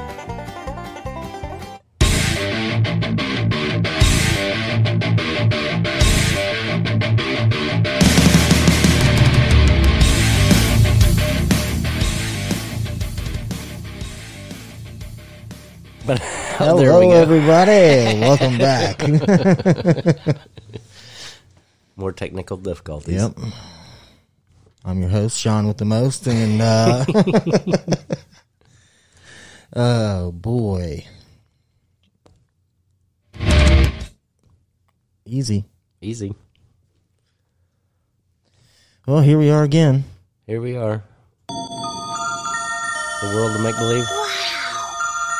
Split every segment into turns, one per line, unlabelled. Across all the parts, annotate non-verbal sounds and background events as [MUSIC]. America.
But [LAUGHS] oh, there we
Hello,
go.
everybody. Welcome
[LAUGHS]
back.
More technical difficulties.
yep. I'm your host, Sean with the most, and uh, [LAUGHS] oh boy, easy.
Easy.
Well, here we are again.
Here we are. The world of make believe.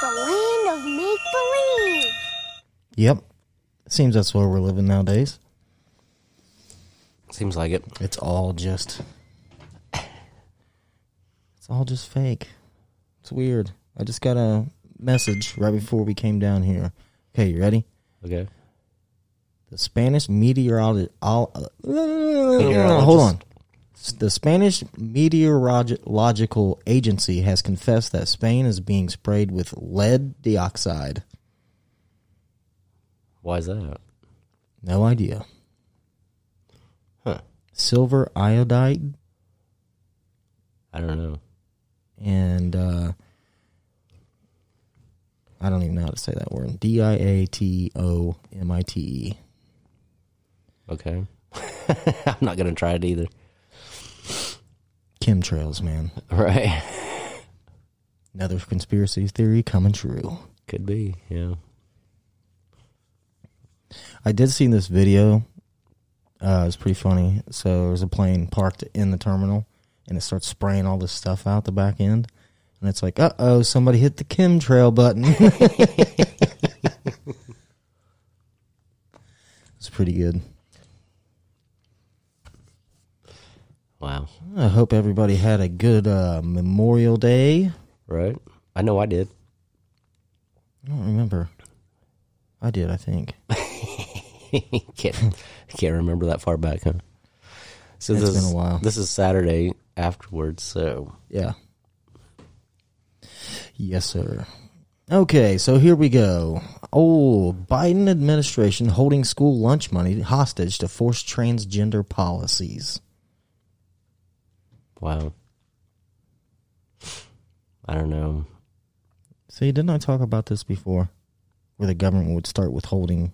The land of make believe.
Yep. Seems that's where we're living nowadays.
Seems like it.
It's all just. It's all just fake. It's weird. I just got a message right before we came down here. Okay, you ready?
Okay.
The Spanish meteorologist. Hold
Meteorologist.
on. S- The Spanish Meteorological Agency has confessed that Spain is being sprayed with lead dioxide.
Why is that?
No idea.
Huh.
Silver iodide
I don't know.
and uh, I don't even know how to say that word. D i a t o m i t e.
Okay. I'm not gonna try it either.
Chemtrails, man.
All right.
Another conspiracy theory coming true.
Could be. Yeah.
I did see this video. Uh, it was pretty funny. So there's a plane parked in the terminal, and it starts spraying all this stuff out the back end, and it's like, uh oh, somebody hit the chemtrail button. [LAUGHS] it's pretty good.
Wow.
I hope everybody had a good uh, Memorial Day.
Right. I know I did. [LAUGHS]
I don't remember. I did, I think. [LAUGHS]
can't can't remember that far back, huh? So
It's
this
been a
is-
while.
This is Saturday afterwards, so
Yeah. Yes, sir. Okay, so here we go. Oh, Biden administration holding school lunch money hostage to force transgender policies.
wow. I don't know.
See, didn't I talk about this before? Where the government would start withholding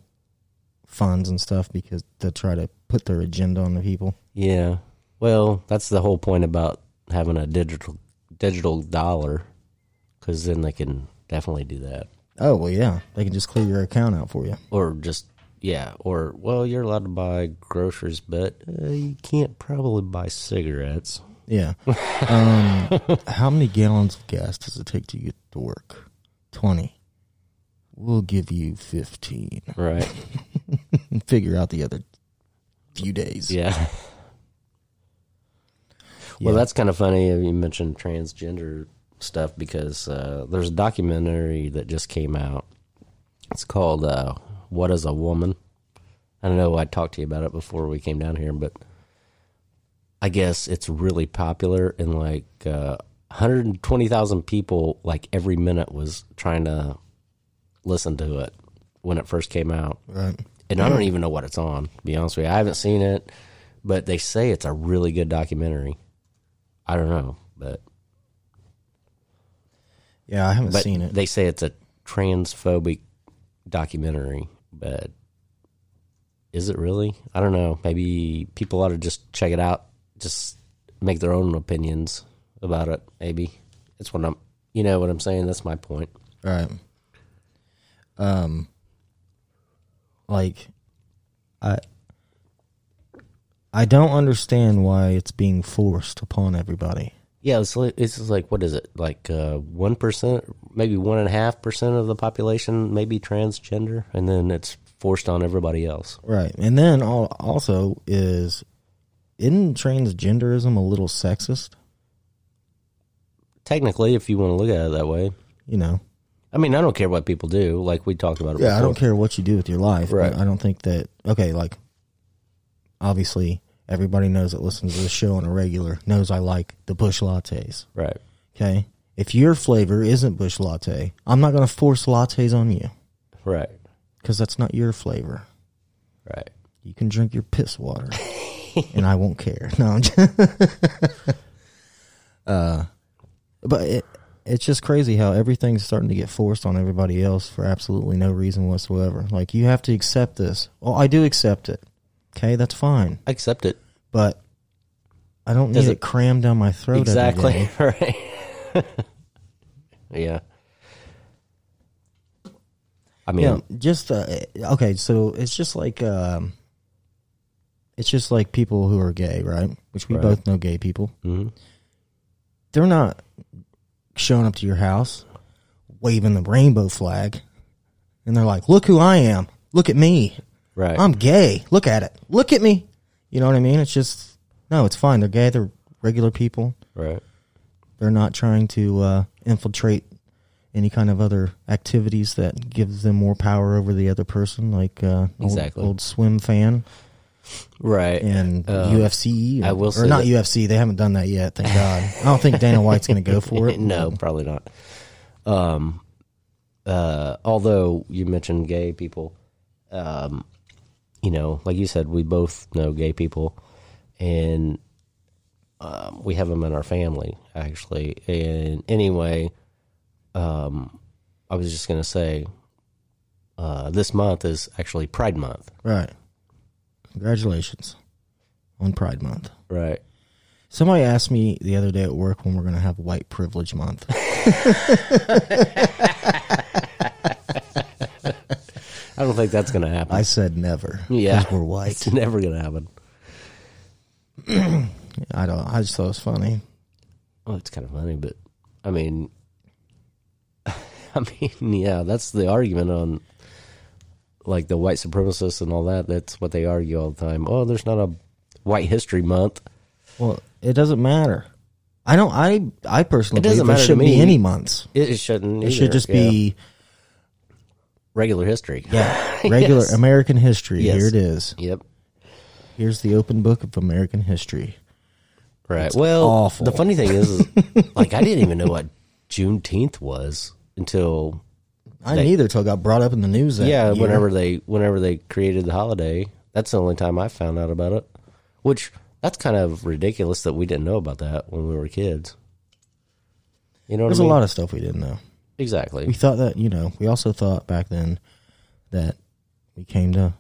funds and stuff because to try to put their agenda on the people.
Yeah. Well, that's the whole point about having a digital digital dollar, because then they can definitely do that,
Oh well, yeah, they can just clear your account out for you.
or just yeah, or well, you're allowed to buy groceries, but uh, you can't probably buy cigarettes.
Yeah. Um, [LAUGHS] how many gallons of gas does it take to get to work? 20. We'll give you 15.
Right.
And figure out the other few days.
Yeah. Well,
Yeah.
that's kind of funny. You mentioned transgender stuff because uh, there's a documentary that just came out. It's called uh, "What Is a Woman." I don't know. I talked to you about it before we came down here, but I guess it's really popular. And like uh, 120,000 people, like every minute, was trying to listen to it when it first came out
Right.
and I don't
Mm.
even know what it's on. To be honest with you, I haven't seen it, but they say it's a really good documentary. I don't know, but
Yeah, I haven't
but
seen it.
they say it's a transphobic documentary, but is it really? I don't know. Maybe people ought to just check it out, just make their own opinions about it. Maybe that's what I'm. You know what I'm saying? That's my point.
right. Um, like, I. I don't understand why it's being forced upon everybody.
Yeah, it's like, it's just like what is it? Like uh, one maybe one and a half percent of the population, maybe transgender, and then it's forced on everybody else.
Right. And then all, also is isn't transgenderism a little sexist?
Technically, if you want to look at it that way,
You know,
I mean, I don't care what people do. Like we talked about it.
yeah, I
before.
don't care what you do with your life. but
Right.
I don't think that okay, like obviously everybody knows that listens to the show on a regular knows I like the bush lattes.
Right.
Okay. If your flavor isn't bush latte, I'm not gonna force lattes on you
Right.
because that's not your flavor.
Right.
You can drink your piss
[LAUGHS]
water, and I won't care. No, I'm just, uh, but it, it's just crazy how everything's starting to get forced on everybody else for absolutely no reason whatsoever. Like you have to accept this. Well, I do accept it. Okay, that's fine,
I accept it.
but I don't need
Does
it,
it-
crammed down my throat. every
Exactly.
day.
[LAUGHS] Right. [LAUGHS] yeah. I mean,
Yeah, just uh, okay. So it's just like um, it's just like people who are gay, right? Which we
Right.
both know gay people.
mhm.
they're not showing up to your house waving the rainbow flag and they're like look who i am look at me
right.
i'm gay look at it look at me you know what i mean it's just no it's fine they're gay they're regular people
right.
they're not trying to uh, infiltrate any kind of other activities that gives them more power over the other person like uh, old-
Exactly.
old, swim fan
Right.
and
Uh,
ufc
I will
or
say
not
that-
ufc they haven't done that yet thank god i don't think dana white's going to go for it
[LAUGHS] no, probably not. Um, uh, although you mentioned gay people, um, you know, like you said, we both know gay people, and um, we have them in our family actually. And anyway, um, I was just gonna say, uh, this month is actually Pride Month,
Right. Congratulations on Pride Month.
right?
Somebody asked me the other day at work when we're going to have White Privilege Month.
I don't think that's gonna happen.
I said never. 'cause
Yeah.
we're white.
it's never gonna happen.
I don't. I just thought it was funny.
Well, it's kind of funny, but I mean, [LAUGHS] I mean, yeah, that's the argument on like the white supremacists and all that. That's what they argue all the time. Oh, there's not a White History Month.
Well, it doesn't matter. I don't. I I personally
It doesn't
believe
matter
there
to
shouldn't
me.
be any months.
It, it shouldn't.
It should
either.
just
Yeah.
be
regular history.
yeah,
[LAUGHS]
regular
Yes.
American history.
Yes.
Here it is.
Yep.
Here's the open book of American history.
Right. well,
awful.
the funny thing is,
[LAUGHS]
is like, I didn't even know what Juneteenth was until
I neither till it got brought up in the news. That
yeah
year.
whenever they whenever they created the holiday that's the only time i found out about it which that's kind of ridiculous that we didn't know about that when we were kids you know what
there's
I mean?
a lot of stuff we didn't know. we
exactly
thought that you know we also thought back then that we came to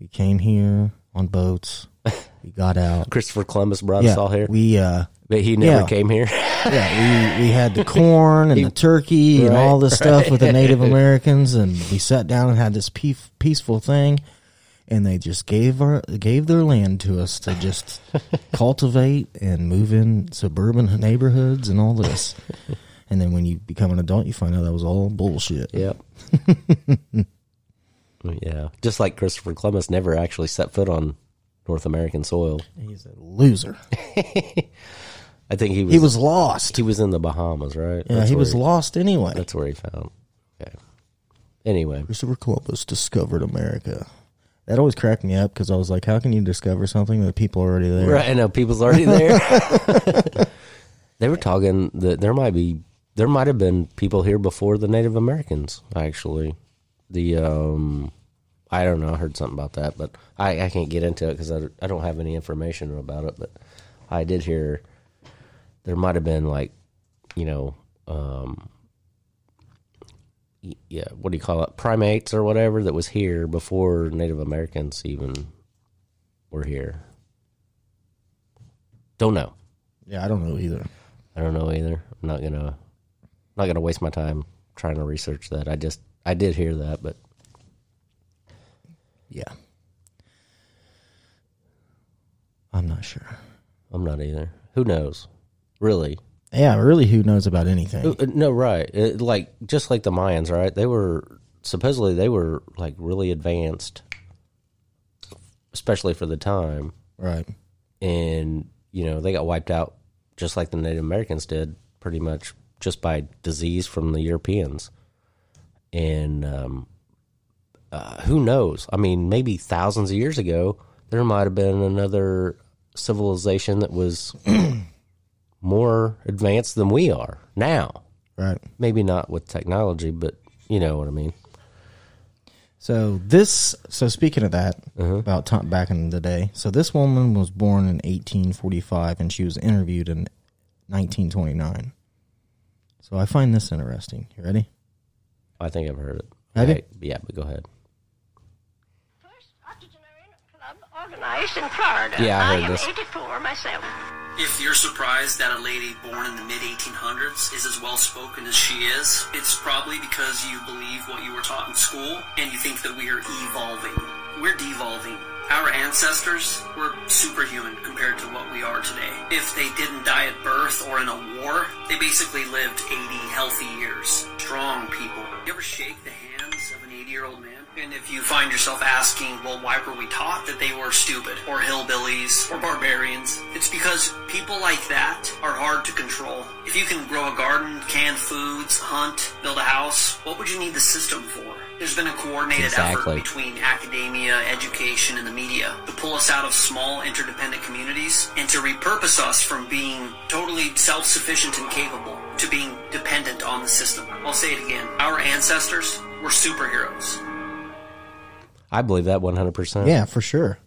we came here on boats
[LAUGHS]
we got out
christopher columbus brought us all here
we uh
but he never
yeah.
came
[LAUGHS]
here
yeah we we had the corn
[LAUGHS]
and the turkey and
Right,
all this stuff with the native americans and we sat down and had this peaf- peaceful thing and they just gave our gave their land to us to
[LAUGHS]
just cultivate and move in suburban neighborhoods and all this and then when you become an adult you find out that was all bullshit
yep [LAUGHS] yeah just like christopher columbus never actually set foot on north american soil
He's a loser.
i think he was
He was lost.
he was in the bahamas right
Yeah,
That's
he
where
was lost anyway.
that's where he found okay anyway
Christopher Columbus discovered America. That always cracked me up because I was like, how can you discover something that people are already there?
Right, I know people's already there. [LAUGHS] they were talking that there might be there might have been people here before the Native Americans. Actually, the um, I don't know. I heard something about that, but I, I can't get into it because I, I don't have any information about it. But I did hear there might have been like you know um, y- yeah, what do you call it? Primates or whatever that was here before Native Americans even were here. Don't know.
Yeah, I don't know either.
I don't know either. I'm not gonna not gonna waste my time trying to research that. I just I did hear that, but
Yeah. I'm not sure.
I'm not either. Who knows? Really?
Yeah, really, who knows about anything?
Uh, No, right? It, like just like the Mayans, right? They were supposedly they were like really advanced, especially for the time,
Right.
and you know they got wiped out just like the Native Americans did pretty much just by disease from the Europeans. And um, uh, who knows? I mean, maybe thousands of years ago, there might have been another civilization that was [CLEARS THROAT] more advanced than we are now.
Right.
Maybe not with technology, but you know what I mean.
So this, so speaking of that, about time back in the day. So this woman was born in 1845, and she was interviewed in 1929. So I find this interesting. You ready?
I think I've heard it.
Have you?
Right. Yeah, but go ahead.
First Octogenarian Club organized in Florida.
Yeah, I heard
am
this.
84 myself.
If you're surprised that a lady born in the mid 1800s is as well spoken as she is, it's probably because you believe what you were taught in school and you think that we are evolving. We're devolving. Our ancestors were superhuman compared to what we are today. If they didn't die at birth or in a war, they basically lived 80 healthy years. Strong people. You ever shake the hands of an 80 year old man? And if you find yourself asking, well, why were we taught that they were stupid or hillbillies or barbarians? It's because people like that are hard to control. If you can grow a garden, can foods, hunt, build a house, what would you need the system for? There's been a coordinated
Exactly.
effort between academia, education, and the media to pull us out of small interdependent communities and to repurpose us from being totally self-sufficient and capable to being dependent on the system. I'll say it again. Our ancestors were superheroes.
I believe that 100%.
Yeah, for sure.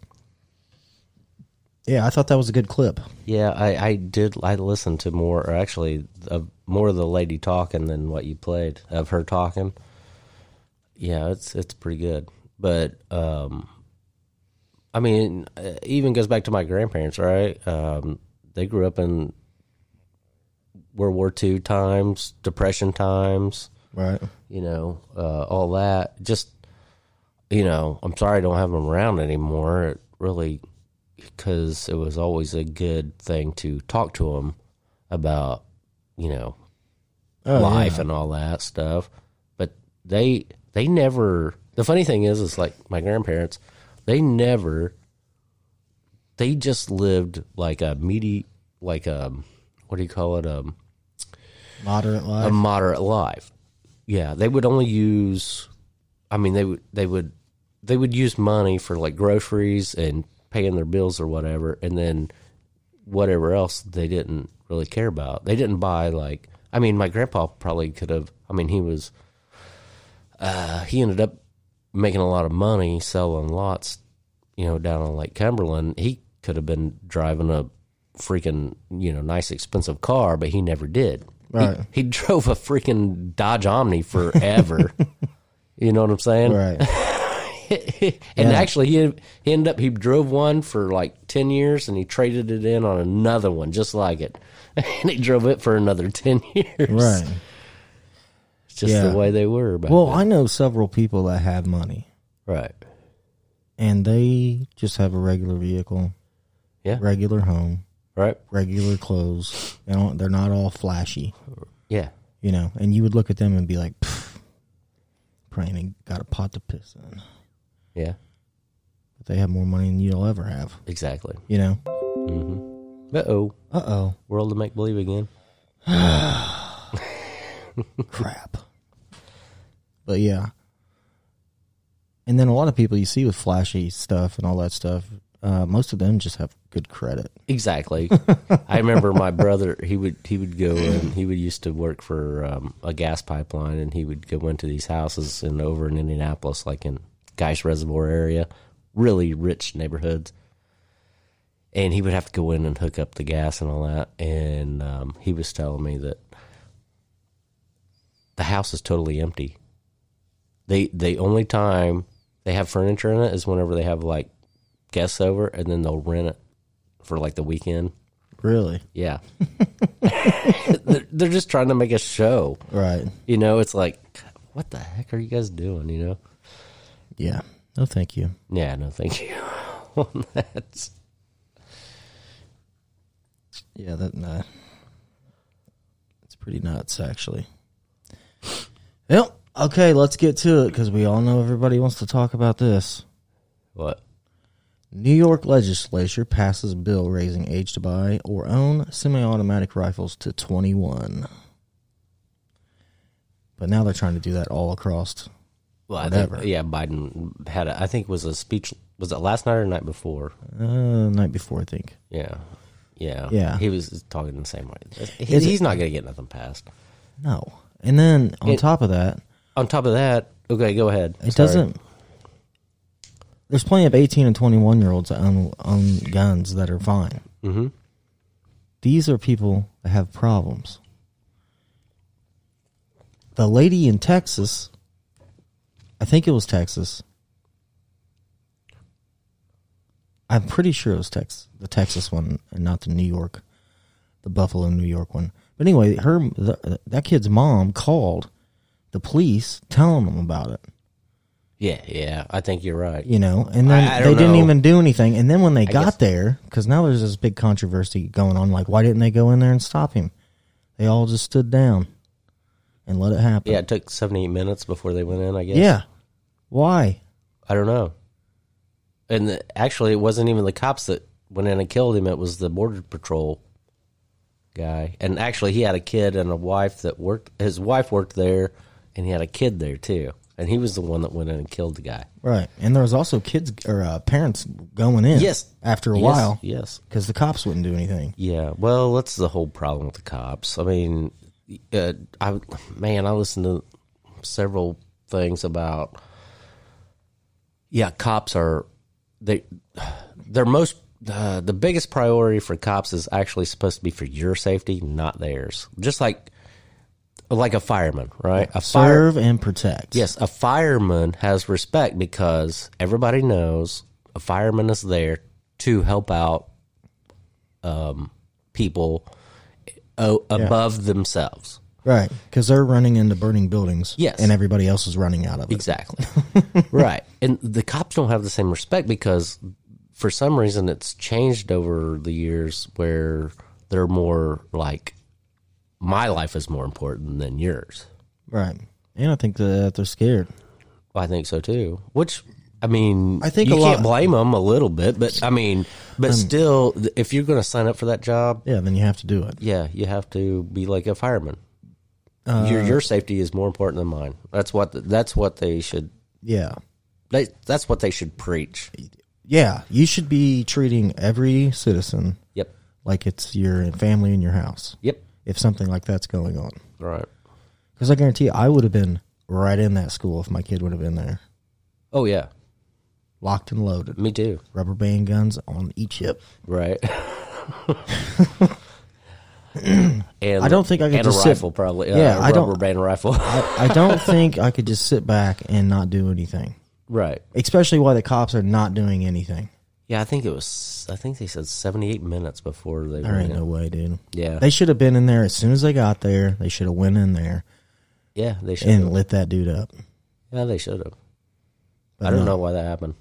Yeah, I thought that was a good clip.
Yeah, I, I did. I listened to more, or actually, uh, more of the lady talking than what you played of her talking. Yeah, it's it's pretty good, but um, I mean, it even goes back to my grandparents, right? Um, they grew up in World War II times, Depression times,
Right.
you know, uh, all that. Just, you know, I'm sorry I don't have them around anymore. It really, because it was always a good thing to talk to them about, you know,
Oh,
life and all that stuff. But they they never. The funny thing is, is like my grandparents, they never. They just lived like a meaty, like a what do you call it? Um,
Moderate
a
life.
moderate life. Yeah, they would only use. I mean, they would they would they would use money for like groceries and paying their bills or whatever, and then whatever else they didn't really care about. They didn't buy like. I mean, my grandpa probably could have. I mean, he was. Uh, he ended up making a lot of money selling lots, you know, down on Lake Cumberland. He could have been driving a freaking, you know, nice expensive car, but he never did. He-
Right.
He, drove a freaking Dodge
[LAUGHS]
Omni forever. you know what I'm saying?
right.
[LAUGHS] and actually, he, he ended up he drove one for like ten years, and he traded it in on another one just like it, [LAUGHS] and he drove it for another ten [LAUGHS] years.
Right.
It's just
Yeah.
the way they were. Back
Well,
then.
I know several people that have money
right.
and they just have a regular vehicle,
Yeah.
regular home,
Right.
regular clothes. They don't they're not all flashy.
Yeah.
you know, and you would look at them and be like, "Pff, probably ain't got a pot to piss in.
Yeah.
But they have more money than you'll ever have,
Exactly.
you know?
Uh oh.
Uh oh,
World of make believe again.
crap. But yeah. And then a lot of people you see with flashy stuff and all that stuff, uh, most of them just have good credit.
Exactly. I remember my brother. He would he would go and he would used to work for um, a gas pipeline, and he would go into these houses and over in Indianapolis, like in Geis Reservoir area, really rich neighborhoods. And he would have to go in and hook up the gas and all that. And um, he was telling me that the house is totally empty. They the only time they have furniture in it is whenever they have like guests over, and then they'll rent it for like the weekend.
Really?
Yeah. [LAUGHS] they're, they're just trying to make a show.
Right.
You know, it's like, what the heck are you guys doing? You know?
Yeah. No, thank you.
Yeah, no, thank you. [LAUGHS] on that.
Yeah, that nah. It's pretty nuts, actually. Yep. Okay, let's get to it because we all know everybody wants to talk about this.
What?
New York legislature passes bill raising age to buy or own semi-automatic rifles to 21. But now they're trying to do that all across.
Well, I think-
Whatever.
yeah, Biden had. A, I think it was a speech. Was it last night or the night before?
Uh, night before, I think.
Yeah, yeah,
Yeah.
He was talking the same way. He-
Is it-
he's not going to get nothing passed.
No. And then on
It-
top of that,
On top of that, okay, go ahead.
It
Sorry.
doesn't. There's plenty of 18 and 21 year olds that own, own guns that are fine. Mm-hmm. These are people that have problems. The lady in Texas, I think it was Texas. I'm pretty sure it was Texas, the Texas one, and not the New York, the Buffalo, New York one. But anyway, her the, that kid's mom called the police, telling them about it
Yeah, yeah. I think you're right.
you know, and then
I- I
they
don't
didn't
know.
even do anything. And then when they got
guess-
there, because now there's this big controversy going on, like why didn't they go in there and stop him? They all just stood down and let it happen.
Yeah, it took 78 minutes before they went in. I guess.
Yeah. Why?
I don't know. And the, actually, it wasn't even the cops that went in and killed him. It was the border patrol guy. And actually, he had a kid and a wife that worked. His wife worked there, and he had a kid there too. And he was the one that went in and killed the guy.
Right. And there was also kids or uh, parents going in.
Yes.
After a
Yes,
while,
Yes.
because the cops wouldn't do anything.
Yeah. Well, that's the whole problem with the cops. I mean, uh, I man, I listened to several things about. Yeah, cops are they they're most uh, the biggest priority for cops is actually supposed to be for your safety, not theirs. Just like like a fireman, right? A fire-
Serve and protect.
Yes, a fireman has respect because everybody knows a fireman is there to help out um, people o- above themselves.
Right. Because they're running into burning buildings.
Yes.
And everybody else is running out of it.
Exactly. right. And the cops don't have the same respect because for some reason it's changed over the years where they're more like my life is more important than yours.
Right. And I think that they're scared.
I think so too. Which I mean,
I think a
you
lot- Um,
can't blame them a little bit, but I mean, but still, th- if you're going to sign up for that job,
Yeah. Then you have to do it.
yeah, you have to be like a fireman.
Uh,
your your safety is more important than mine. That's what that's what they should.
Yeah.
They, that's what they should preach.
Yeah, you should be treating every citizen
Yep.
like it's your family in your house
Yep.
if something like that's going on.
Right.
Because I guarantee you, I would have been right in that school if my kid would have been there,
Oh yeah.
locked and loaded,
Me too.
rubber band guns on each hip.
Right. [LAUGHS] and
I don't think I could
and
just
a
sit-
rifle probably.
Yeah,
uh,
I don't-
rubber band rifle. [LAUGHS]
I don't [LAUGHS] think I could just sit back and not do anything,
right.
especially while the cops are not doing anything.
Yeah, I think it was. I think they said seventy-eight minutes before they.
There
went
ain't
in.
no way, dude.
Yeah.
They should have been in there as soon as they got there. They should have went in there
Yeah, they should.
and
have.
lit that dude up.
Yeah, they should have. I don't know why that happened.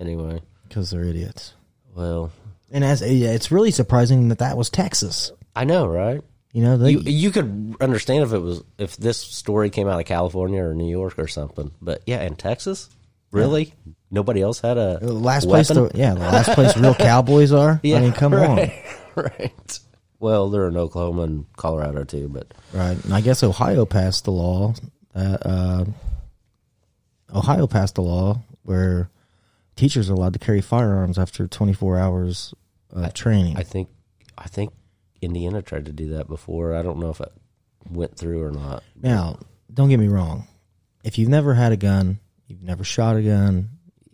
Anyway,
because they're idiots.
well,
And as yeah, it's really surprising that that was Texas.
I know, right?
You know, they,
You you could understand if it was if this story came out of California or New York or something, but yeah, in Texas, really, nobody else had a
The last place,
weapon? [LAUGHS]
the, yeah, the last place real cowboys are. I mean, come
on, right? Well, they're in Oklahoma and Colorado too, but
on, right? And I guess Ohio passed the law. That, uh, Ohio passed a law where teachers are allowed to carry firearms after 24 hours of training.
I think I think Indiana tried to do that before. I don't know if it went through or not. [LAUGHS]
now, don't get me wrong. If you've never had a gun, you've never shot a gun,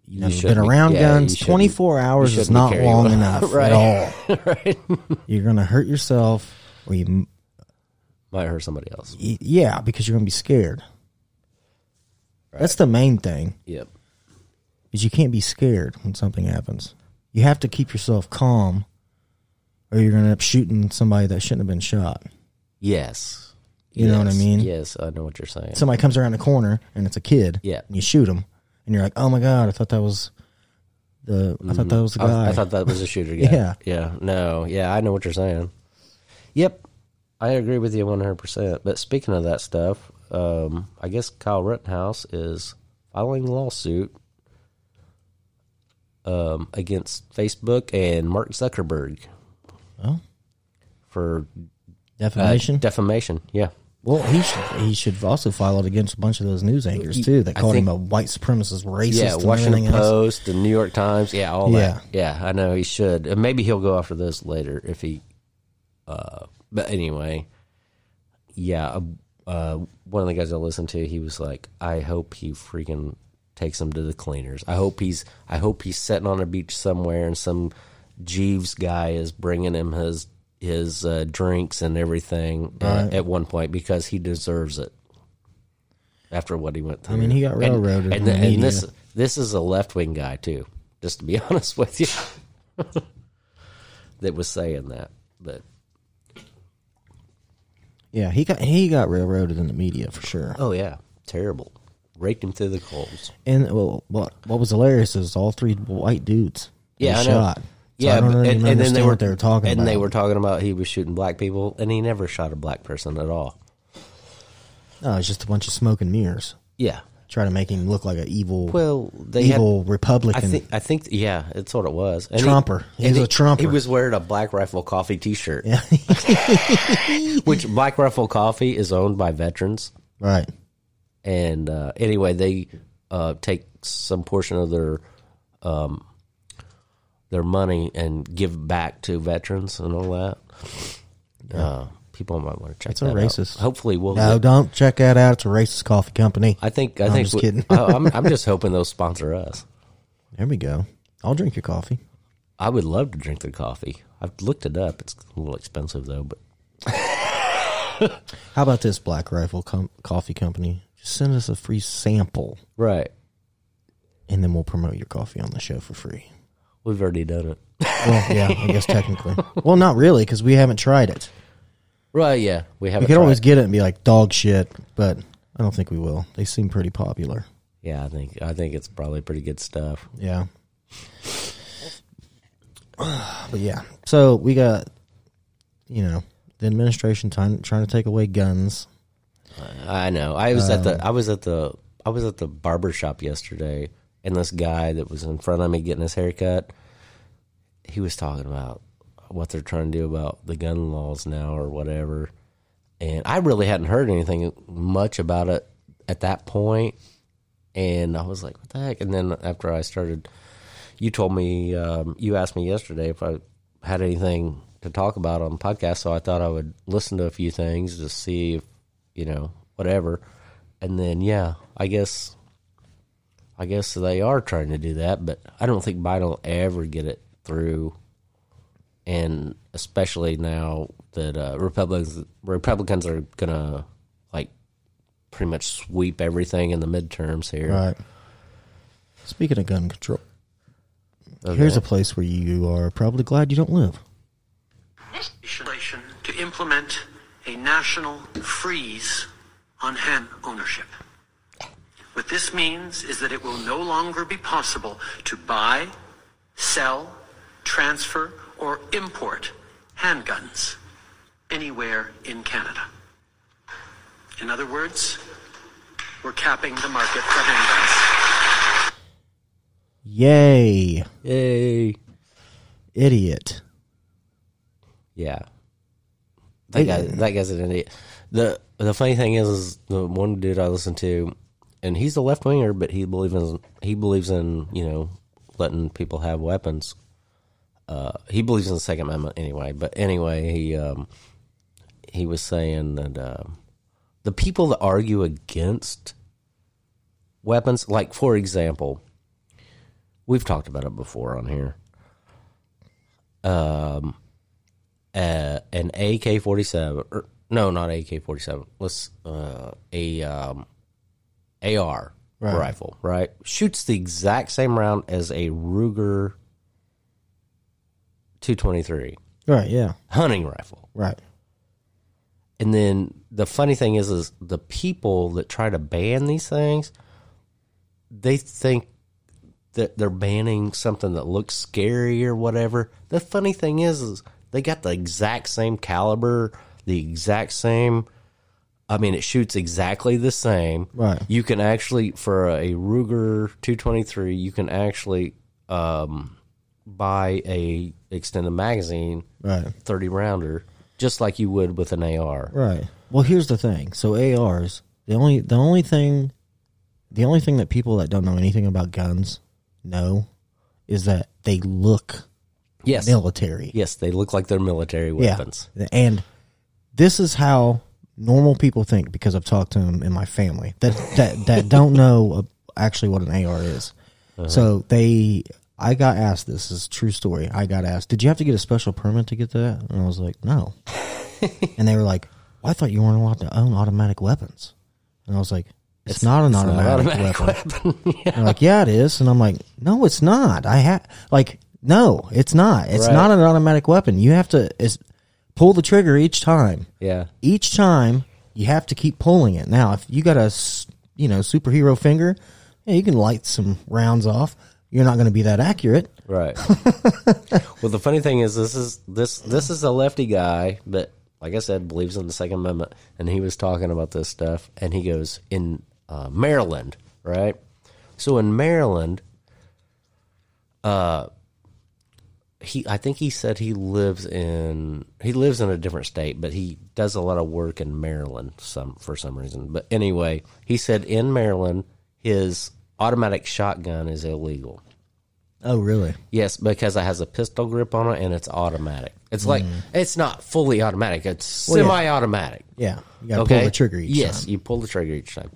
you've never been
shouldn't be-
around
yeah, you
guns,
shouldn't-
24 hours is
shouldn't be
not
carrying
long
one. [LAUGHS]
enough
Right.
at all. You're going to hurt yourself, or you,
Might hurt somebody else.
y- yeah, because you're going to be scared. That's the main thing.
Yep.
is you can't be scared when something happens. You have to keep yourself calm, or you're gonna end up shooting somebody that shouldn't have been shot.
Yes.
You know what I
Yes.
mean?
Yes, I know what you're saying.
Somebody comes around the corner and it's a kid.
Yeah.
And you shoot him, and you're like, "Oh my god, I thought that was the I thought that was the
Mm-hmm. I,
guy."
I thought that was a shooter guy.
uh, [LAUGHS] Yeah.
Yeah. No. Yeah, I know what you're saying. Yep. I agree with you 100%. But speaking of that stuff, um, I guess Kyle Rittenhouse is filing a lawsuit um, against Facebook and Mark Zuckerberg
Oh,
for uh,
defamation.
defamation. Yeah.
well, he should he should also file it against a bunch of those news anchors too that
I
called him a
think-
white supremacist racist.
Yeah,
and
Washington
everything else.
Post, the New York Times, yeah, all
Yeah.
that. Yeah, I know he should. And maybe he'll go after this later if he. Uh, but anyway, yeah, uh, one of the guys I listened to, he was like, "I hope he freaking takes him to the cleaners. I hope he's, I hope he's sitting on a beach somewhere and some Jeeves guy is bringing him his his uh, drinks and everything uh,
Right.
at one point because he deserves it." After what he went through,
I mean, he got
And-
railroaded
and,
in the
and
media.
this this is a left wing guy too. Just to be [LAUGHS] honest with you,
[LAUGHS]
that was saying that. But
Yeah, he got he got railroaded in the media for sure.
oh yeah, terrible. Raked him through the coals.
And well, what what was hilarious is all three white dudes. were
Yeah, I know.
shot. So
yeah,
I don't
but-
really
and, and then
understand
they were
what they were talking
and
about.
they were talking about he was shooting black people, and he never shot a black person at all.
no, it's just a bunch of smoke and mirrors.
Yeah.
Try to make him look like an evil,
Well, they had-
evil Republican.
I think I think yeah, that's what it was. And
Trumper. He
and
was a Trumper.
He was wearing a Black Rifle Coffee T-shirt, [LAUGHS]
[LAUGHS]
which Black Rifle Coffee is owned by veterans.
right.
and uh, anyway, they uh, take some portion of their um, their money and give back to veterans and all that. Uh, people might want to check.
It's a
that out.
racist.
Hopefully, we'll.
No, don't check that out. It's a racist coffee company.
I think. I
I'm
think.
just
we-
kidding.
I, I'm,
[LAUGHS]
I'm just hoping they'll sponsor us.
There we go. I'll drink your coffee.
I would love to drink the coffee. I've looked it up. It's a little expensive though, but
How about this Black Rifle com- Coffee Company? Just send us a free sample,
right.
and then we'll promote your coffee on the show for free.
We've already done it.
Well, yeah, I
[LAUGHS]
guess technically. Well, not really, because we haven't tried it.
Right? Yeah, we have.
We could always get it and be like dog shit, but I don't think we will. They seem pretty popular.
Yeah, I think. I think it's probably pretty good stuff.
Yeah. [SIGHS] But yeah, so we got, you know, the administration trying trying to take away guns.
I know. I was at the I was at the I was at the barber shop yesterday and this guy that was in front of me getting his hair cut, he was talking about what they're trying to do about the gun laws now or whatever. And I really hadn't heard anything much about it at that point. And I was like, what the heck? And then after I started you told me um, you asked me yesterday if I had anything to talk about on the podcast, so I thought I would listen to a few things to see if you know whatever, and then yeah, I guess I guess they are trying to do that, but I don't think Biden will ever get it through, and especially now that uh, Republicans Republicans are gonna like pretty much sweep everything in the midterms here.
Right. Speaking of gun control,
Okay.
here's a place where you are probably glad you don't live.
legislation to implement a national freeze on hand ownership. What this means is that it will no longer be possible to buy, sell, transfer, or import handguns anywhere in Canada. In other words, we're capping the market for handguns.
Yay,
yay.
idiot!
Yeah. That guy, that guy's an idiot. the The funny thing is, is the one dude I listen to, and he's a left winger, but he believes in he believes in you know letting people have weapons. Uh, he believes in the Second Amendment anyway. But anyway, he um, he was saying that um the people that argue against weapons, like for example, we've talked about it before on here. um, uh, an AK forty seven, or er, no, not AK forty seven. Let's uh, a um, AR
Right.
rifle, right? Shoots the exact same round as a Ruger two twenty three
Right? Yeah.
hunting rifle.
Right.
And then the funny thing is, is the people that try to ban these things, they think that they're banning something that looks scary or whatever. The funny thing is, is they got the exact same caliber, the exact same. I mean, it shoots exactly the same.
Right.
You can actually for a Ruger 223, you can actually buy a extended magazine,
Right.
thirty rounder, just like you would with an AR.
Right. Well, here's the thing. So ARs, the only the only thing, the only thing that people that don't know anything about guns know is that they look
Yes,
military.
yes, they look like they're military
Yeah.
weapons.
And this is how normal people think because I've talked to them in my family that that, [LAUGHS] that don't know uh, actually what an AR is. So they, I got asked this, this is a true story. I got asked, did you have to get a special permit to get that? And I was like, [LAUGHS] no. and they were like, well, I thought you weren't allowed to own automatic weapons. And I was like, it's, not an automatic,
automatic
weapon. And they're like, yeah, it is. And I'm like, no, it's not. I have like, no, it's not. It's
Right.
not an automatic weapon. You have to is pull the trigger each time.
Yeah,
Each time you have to keep pulling it. Now, if you got a s- you know superhero finger, yeah, you can light some rounds off. You're not going to be that accurate.
right. well, the funny thing is, this is this this is a lefty guy, but like I said, believes in the Second Amendment, and he was talking about this stuff, and he goes in uh, Maryland, right? So in Maryland, uh, he I think he said he lives in he lives in a different state, but he does a lot of work in Maryland some for some reason. But anyway, he said in Maryland his automatic shotgun is illegal.
Oh, really?
Yes, because it has a pistol grip on it and it's automatic. It's like it's not fully automatic. It's
Mm. Well, yeah.
semi-automatic.
Yeah. You got to pull the trigger each
yes,
time.
you pull the trigger each time.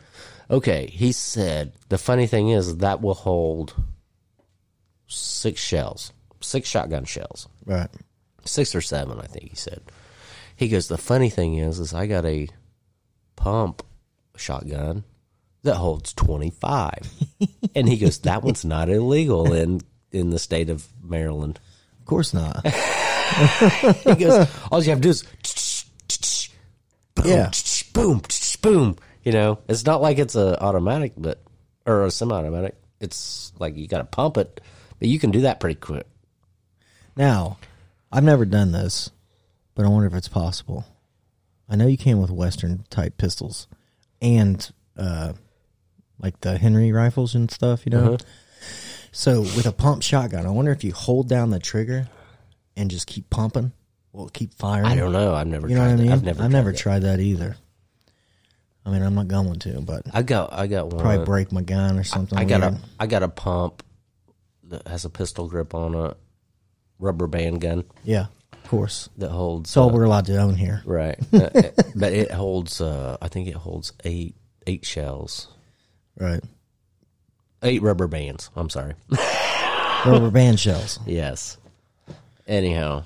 Okay, he said the funny thing is that will hold six shells, six shotgun shells,
Right.
six or seven, I think he said. He goes, the funny thing is, is I got a pump shotgun that holds twenty
[LAUGHS]
five, and he goes, that one's not illegal in in the state of Maryland.
Of course not.
He goes,
[LAUGHS]
all you have to do is boom,
Yeah.
boom, boom. You know, it's not like it's a automatic, but or a semi-automatic. It's like you got to pump it, but you can do that pretty quick.
Now, I've never done this, but I wonder if it's possible. I know you can with Western type pistols and uh, like the Henry rifles and stuff, you
Uh-huh.
know? So with a pump shotgun, I wonder if you hold down the trigger and just keep pumping, will it keep firing?
I don't know. I've never.
You know
tried
what I mean?
That. I've never. tried that.
tried that either. I mean, I'm not going to, but
I got. I got one.
probably break my gun or something.
I got a.
weird.
I got a pump that has a pistol grip on it, rubber band gun
yeah, of course.
that holds.
That's all
uh,
we're allowed to own here. [LAUGHS]
right, Uh, it- but it holds. Uh, I think it holds eight eight shells,
Right.
eight rubber bands. I'm sorry.
Rubber band shells.
Yes. Anyhow,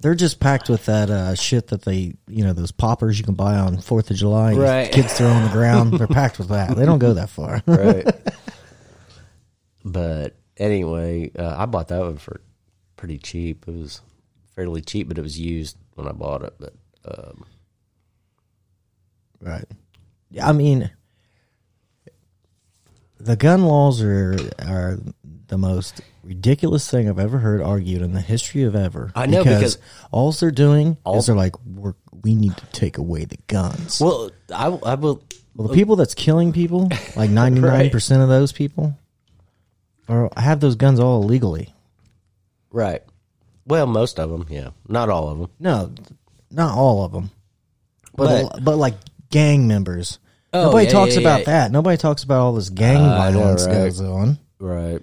They're just packed with that uh, shit that they, you know, those poppers you can buy on Fourth of July. and
Right.
Kids throw on the ground. They're packed with that. They don't go that far.
[LAUGHS] right. but anyway, uh, I bought that one for pretty cheap. It was fairly cheap, but it was used when I bought it. But um,
right. Yeah, I mean, the gun laws are are the most ridiculous thing I've ever heard argued in the history of ever.
I know, because-
all they're doing
All-
is they're like, We're, we need to take away the guns. Well,
well, I I will.
the people that's killing people,
[LAUGHS]
like ninety nine percent of those people, are have those guns all illegally.
Right. Well, most of them, yeah. Not all of them.
No, not all of them, but
But-
but, like gang members.
Oh,
Nobody
yeah,
talks
yeah,
about
yeah. Ah,
that. Nobody talks about all this gang
I know,
violence
right.
goes on.
Right.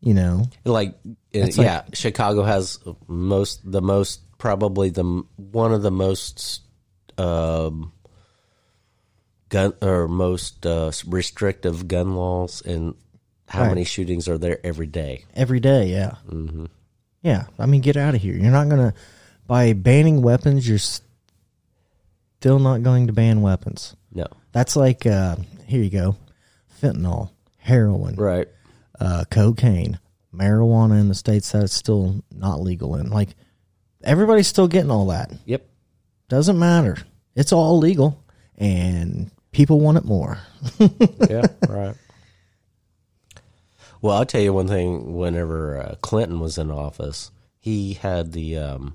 You know,
Like, uh,
like-
yeah, Chicago has most, the most, probably the m- one of the most um, gun or most uh, restrictive gun laws, and how
Right.
many shootings are there every day?
every day. Yeah, mm-hmm. yeah. I mean, get out of here. You're not gonna by banning weapons. You're s- still not going to ban weapons.
No.
That's like uh, here you go, fentanyl, heroin,
Right.
uh, cocaine, marijuana in the states that it's still not legal in. Like everybody's still getting all that.
Yep.
Doesn't matter. It's all legal, and people want it more.
Yeah. right. Well, I'll tell you one thing. Whenever uh, Clinton was in office, he had the um,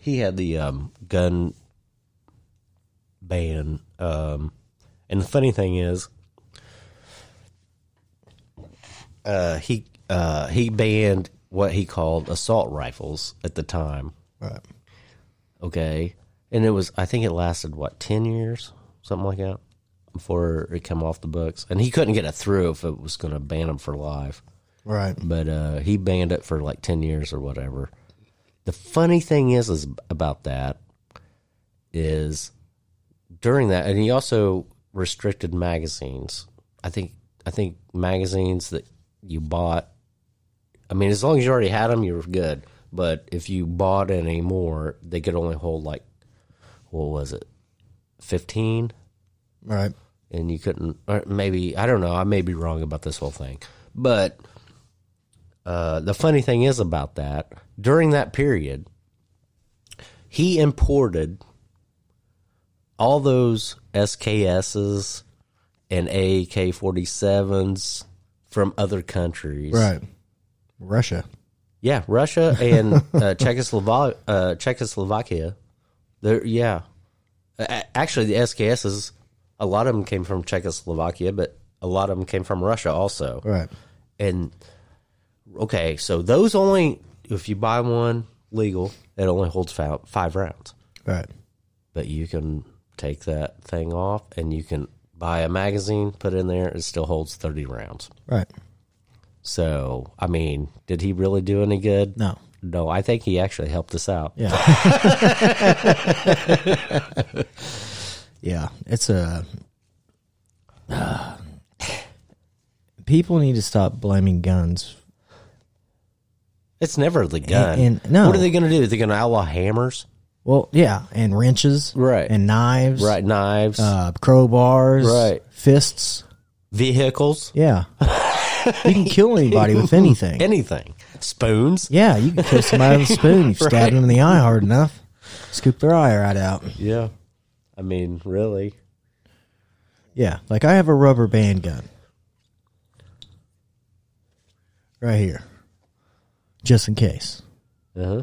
he had the um, gun ban. Um, and the funny thing is, uh, he uh, he banned what he called assault rifles at the time.
Right.
Okay, and it was I think it lasted what ten years, something like that, before it come off the books. And he couldn't get it through if it was going to ban him for life.
Right.
But uh, he banned it for like ten years or whatever. The funny thing is, is about that is during that, and he also restricted magazines. I think I think magazines that you bought. I mean, as long as you already had them, you were good. But if you bought any more, they could only hold like what was it, fifteen,
Right.
and you couldn't. Or maybe I don't know. I may be wrong about this whole thing, but uh, the funny thing is about that during that period, he imported all those SKSs and AK 47s from other countries.
Right. Russia.
Yeah, Russia and uh, Czechoslovakia. Uh, Czechoslovakia. They're, yeah. A- a- Actually, the SKSs, a lot of them came from Czechoslovakia, but a lot of them came from Russia also
Right.
and okay, so those only if you buy one legal, it only holds five, five rounds.
Right.
But you can take that thing off, and you can buy a magazine, put it in there, it still holds thirty rounds.
Right.
So I mean, did he really do any good?
No.
No, I think he actually helped us out.
Yeah. yeah. It's a. uh, people need to stop blaming guns.
It's never the gun.
And- and no.
What are they going to do? They're going to outlaw hammers,
Well, yeah, and wrenches,
Right.
and knives,
right? Knives,
uh, crowbars,
Right.
fists,
vehicles,
yeah. you can kill anybody [LAUGHS] with anything.
anything, spoons.
Yeah, you can kill somebody with a spoon. [LAUGHS] You stab them in the eye hard enough, scoop their eye right out.
Yeah, I mean, really.
Yeah, like I have a rubber band gun right here, just in case.
Uh huh.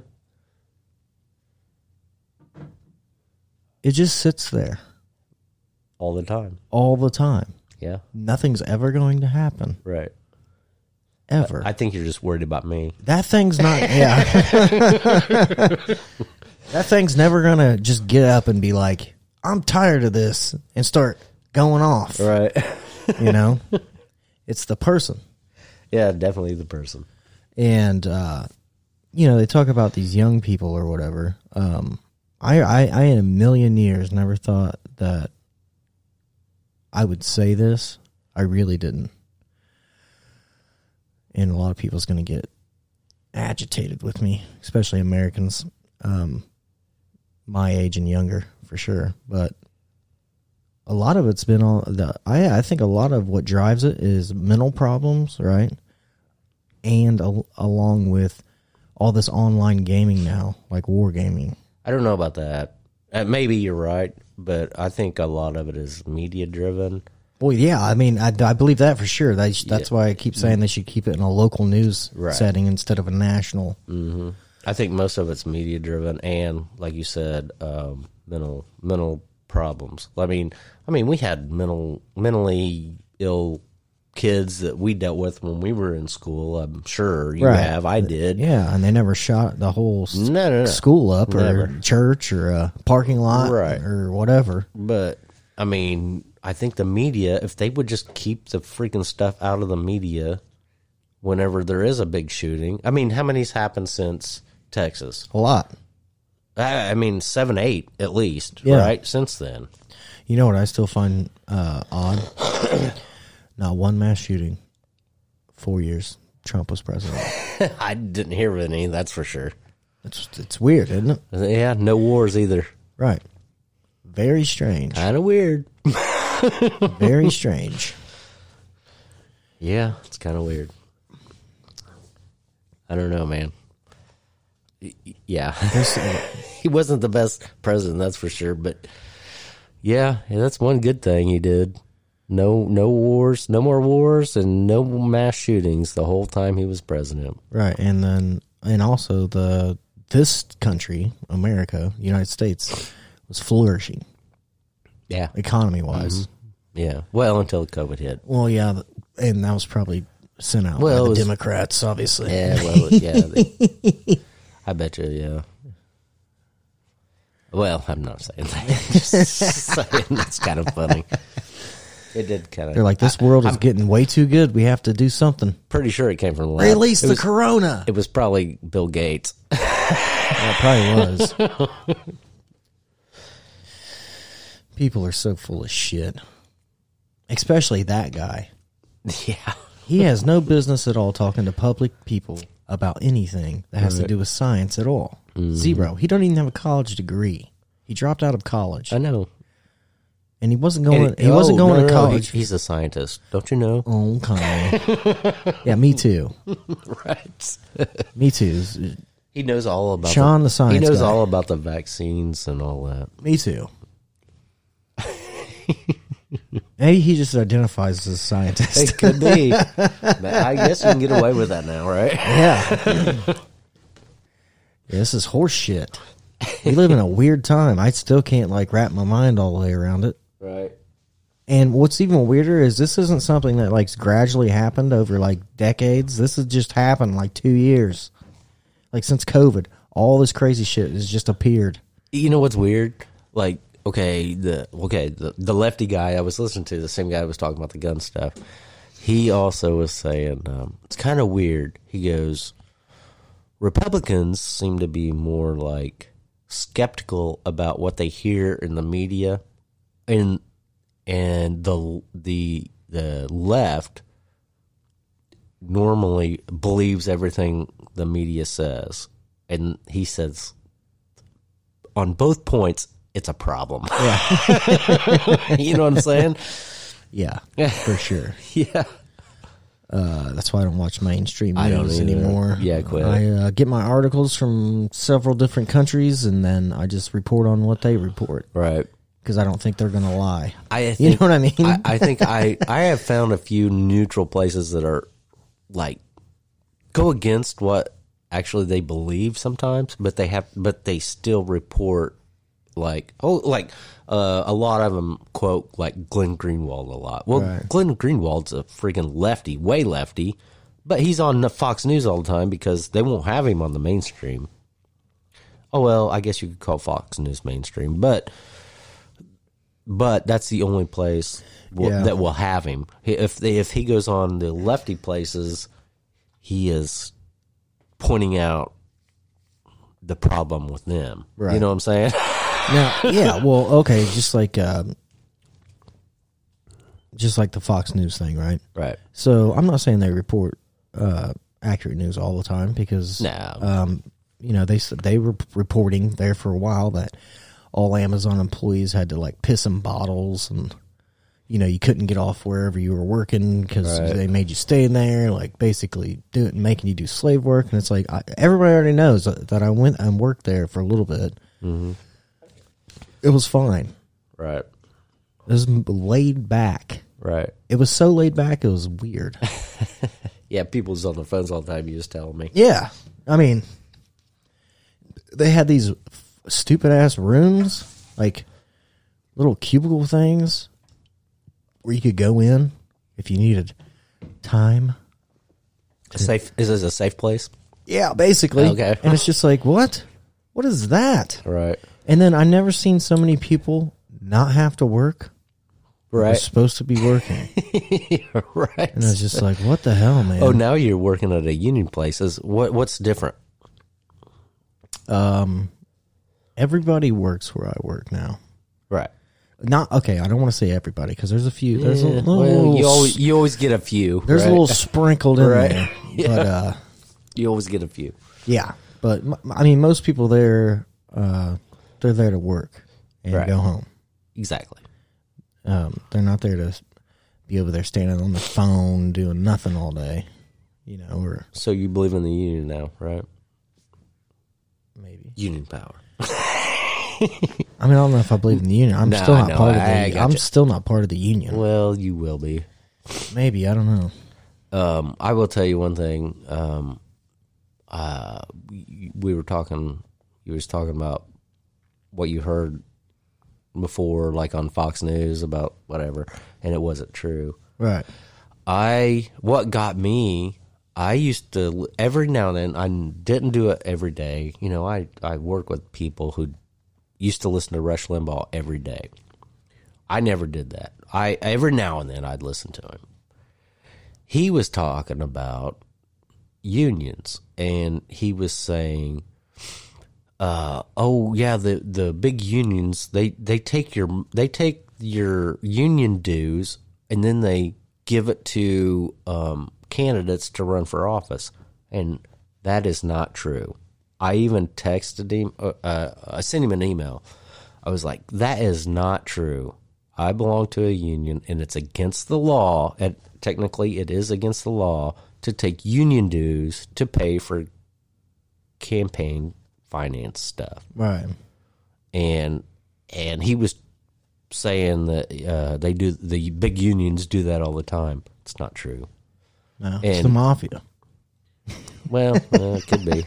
It just sits there
all the time.
all the time.
Yeah,
Nothing's ever going to happen,
right.
ever.
I think you're just worried about me.
that thing's not. [LAUGHS] Yeah, that thing's never gonna just get up and be like, "I'm tired of this," and start going off.
[LAUGHS] Right.
You know, it's the person.
yeah, definitely the person.
and uh, you know they talk about these young people or whatever. Um, I, I I in a million years never thought that I would say this. I really didn't, and a lot of people's going to get agitated with me, especially Americans, um, my age and younger for sure. But a lot of it's been all the I I think a lot of what drives it is mental problems, right? and al- along with all this online gaming now, like war gaming.
I don't know about that. Uh, maybe you're right, but I think a lot of it is media driven.
Well, yeah, I mean, I, I believe that for sure. They sh- that's why I keep saying they should keep it in a local news
Right.
setting instead of a national.
I think most of it's media driven, and like you said, um, mental mental problems. I mean, I mean, we had mental mentally ill kids that we dealt with when we were in school. I'm sure you
Right.
have. I did.
Yeah, and they never shot the whole s-
No, no, no.
school up or
Never.
church or a parking lot
Right.
or whatever.
But I mean, I think the media, if they would just keep the freaking stuff out of the media whenever there is a big shooting. I mean, how many's happened since Texas?
A lot.
I, I mean, seven, eight at least,
Yeah.
right? Since then.
You know what I still find uh, odd? [COUGHS] Not one mass shooting. Four years Trump was president.
I didn't hear of any, that's for sure.
It's it's weird, isn't it?
Yeah, no wars either.
Right. Very strange.
Kind of weird. [LAUGHS]
Very strange.
Yeah, it's kind of weird. I don't know, man. Y- y- Yeah. [LAUGHS]
There's-
he wasn't the best president, that's for sure. But yeah, yeah, that's one good thing he did. No, no wars, no more wars, and no mass shootings the whole time he was president.
right, and then and also the this country, America, United States, was flourishing
Yeah,
economy wise.
Mm-hmm. yeah. Well, until COVID hit.
Well, yeah, th- and that was probably sent out by
Well, it
the
was-
Democrats, obviously.
Yeah, well, yeah. they- [LAUGHS] I bet you, yeah. Well, I'm not saying that. [LAUGHS] I'm just saying that's kind of funny. It did kind of.
They're like, this world is getting way too good. We have to do something.
pretty sure it came from the lab.
Release
it
the
was,
corona.
it was probably Bill Gates. [LAUGHS]
Yeah, it probably was. [LAUGHS] People are so full of shit. Especially that guy.
yeah.
He has no business at all talking to public people about anything that has to do with science at all.
Mm.
Zero. He don't even have a college degree. He dropped out of college,
I know.
and he wasn't going.
And-
he wasn't
oh,
going
no,
to
no, no,
college.
he- he's a scientist. Don't you know?
okay.
[LAUGHS]
yeah, me too.
Right.
Me too.
He knows all about
Sean, the
He
science
knows
guy.
all about the vaccines and all that.
Me too. Maybe he just identifies as a
It
scientist. [LAUGHS]
could be. Man, I guess you can get away with that now, right?
yeah. Yeah, This is horse shit. We live in a weird time. I still can't like wrap my mind all the way around it.
Right.
And what's even weirder is this isn't something that like's gradually happened over like decades. This has just happened like two years, like since COVID. All this crazy shit has just appeared.
You know what's weird? Like, okay, the okay, the, the lefty guy I was listening to, the same guy I was talking about the gun stuff. He also was saying um, it's kind of weird. He goes, Republicans seem to be more like skeptical about what they hear in the media, and and the the the left normally believes everything the media says, and he says on both points, it's a problem. [LAUGHS] you know what I'm saying?
Yeah, for sure.
[LAUGHS] Yeah.
Uh, that's why I don't watch mainstream
I don't
news
either.
anymore.
Yeah, I quit.
I uh, get my articles from several different countries, and then I just report on what they report
Right.
because I don't think they're going to lie.
I think,
You know what I mean?
I, I think I I have found a few neutral places that are like go against what actually they believe sometimes, but they have but they still report like oh like uh, a lot of them quote like Glenn Greenwald a lot. Well, Glenn Greenwald's a freaking lefty, way lefty, but he's on the Fox News all the time because they won't have him on the mainstream. Oh well, I guess you could call Fox News mainstream, but but that's the only place w-
Yeah.
that will have him. He- If they, if he goes on the lefty places, he is pointing out the problem with them. You
Right.
know what I'm saying? [LAUGHS]
Now, yeah, well, okay, just like um, just like the Fox News thing, right?
right.
So I'm not saying they report uh, accurate news all the time because
No.
um, you know they s- they were p- reporting there for a while that all Amazon employees had to like piss in bottles and you know you couldn't get off wherever you were working because
Right.
they made you stay in there like basically doing making you do slave work and it's like I, everybody already knows that, that I went and worked there for a little bit. It was fine.
right.
It was m- laid back.
Right.
It was so laid back. It was weird.
Yeah, people's on the phones all the time. You just tell me.
Yeah, I mean, they had these f- stupid ass rooms, like little cubicle things, where you could go in if you needed time.
Safe is this a safe place?
Yeah, basically.
Okay.
and it's just like what? What is that?
Right.
And then I never seen so many people not have to work. They're
[LAUGHS] Right.
supposed to be
[LAUGHS]
working,
right.
and I was just like, "What the hell, man?"
Oh, now you're working at a union place. Is what what's different?
Everybody works where I work now.
Right.
Not okay. I don't want to say everybody because there's a few. There's a
Yeah,
little,
well, you always you always get a few.
There's
right?
a little sprinkled in
Right. [LAUGHS]
there, but uh,
You always get a few.
yeah. But m- I mean, most people there, uh, they're there to work and
Right.
go home.
Exactly.
Um, they're not there to s- be over there standing on the phone doing nothing all day, you know, or
So you believe in the union now, right?
maybe.
Union power.
I mean, I don't know if I believe in the union. I'm
No,
still not
no,
part of
I- I
the. I'm
gotcha.
still not part of the union.
Well, you will be.
Maybe I don't know.
Um, I will tell you one thing. Um, uh, we we were talking. You was talking about what you heard before, like on Fox News about whatever, and it wasn't true.
Right.
I what got me. I used to every now and then. I didn't do it every day. You know, I I work with people who used to listen to Rush Limbaugh every day. I never did that. I every now and then I'd listen to him. He was talking about unions, and he was saying, uh, "Oh yeah, the the big unions they they take your they take your union dues and then they give it to um, candidates to run for office, and that is not true." I even texted him. Uh, uh, I sent him an email. I was like, "That is not true. I belong to a union, and it's against the law. And technically, it is against the law to take union dues to pay for campaign finance stuff."
Right.
And and he was saying that uh, they do the big unions do that all the time. It's not true.
No, it's
And-
the mafia.
Well, uh, it
[LAUGHS]
could be.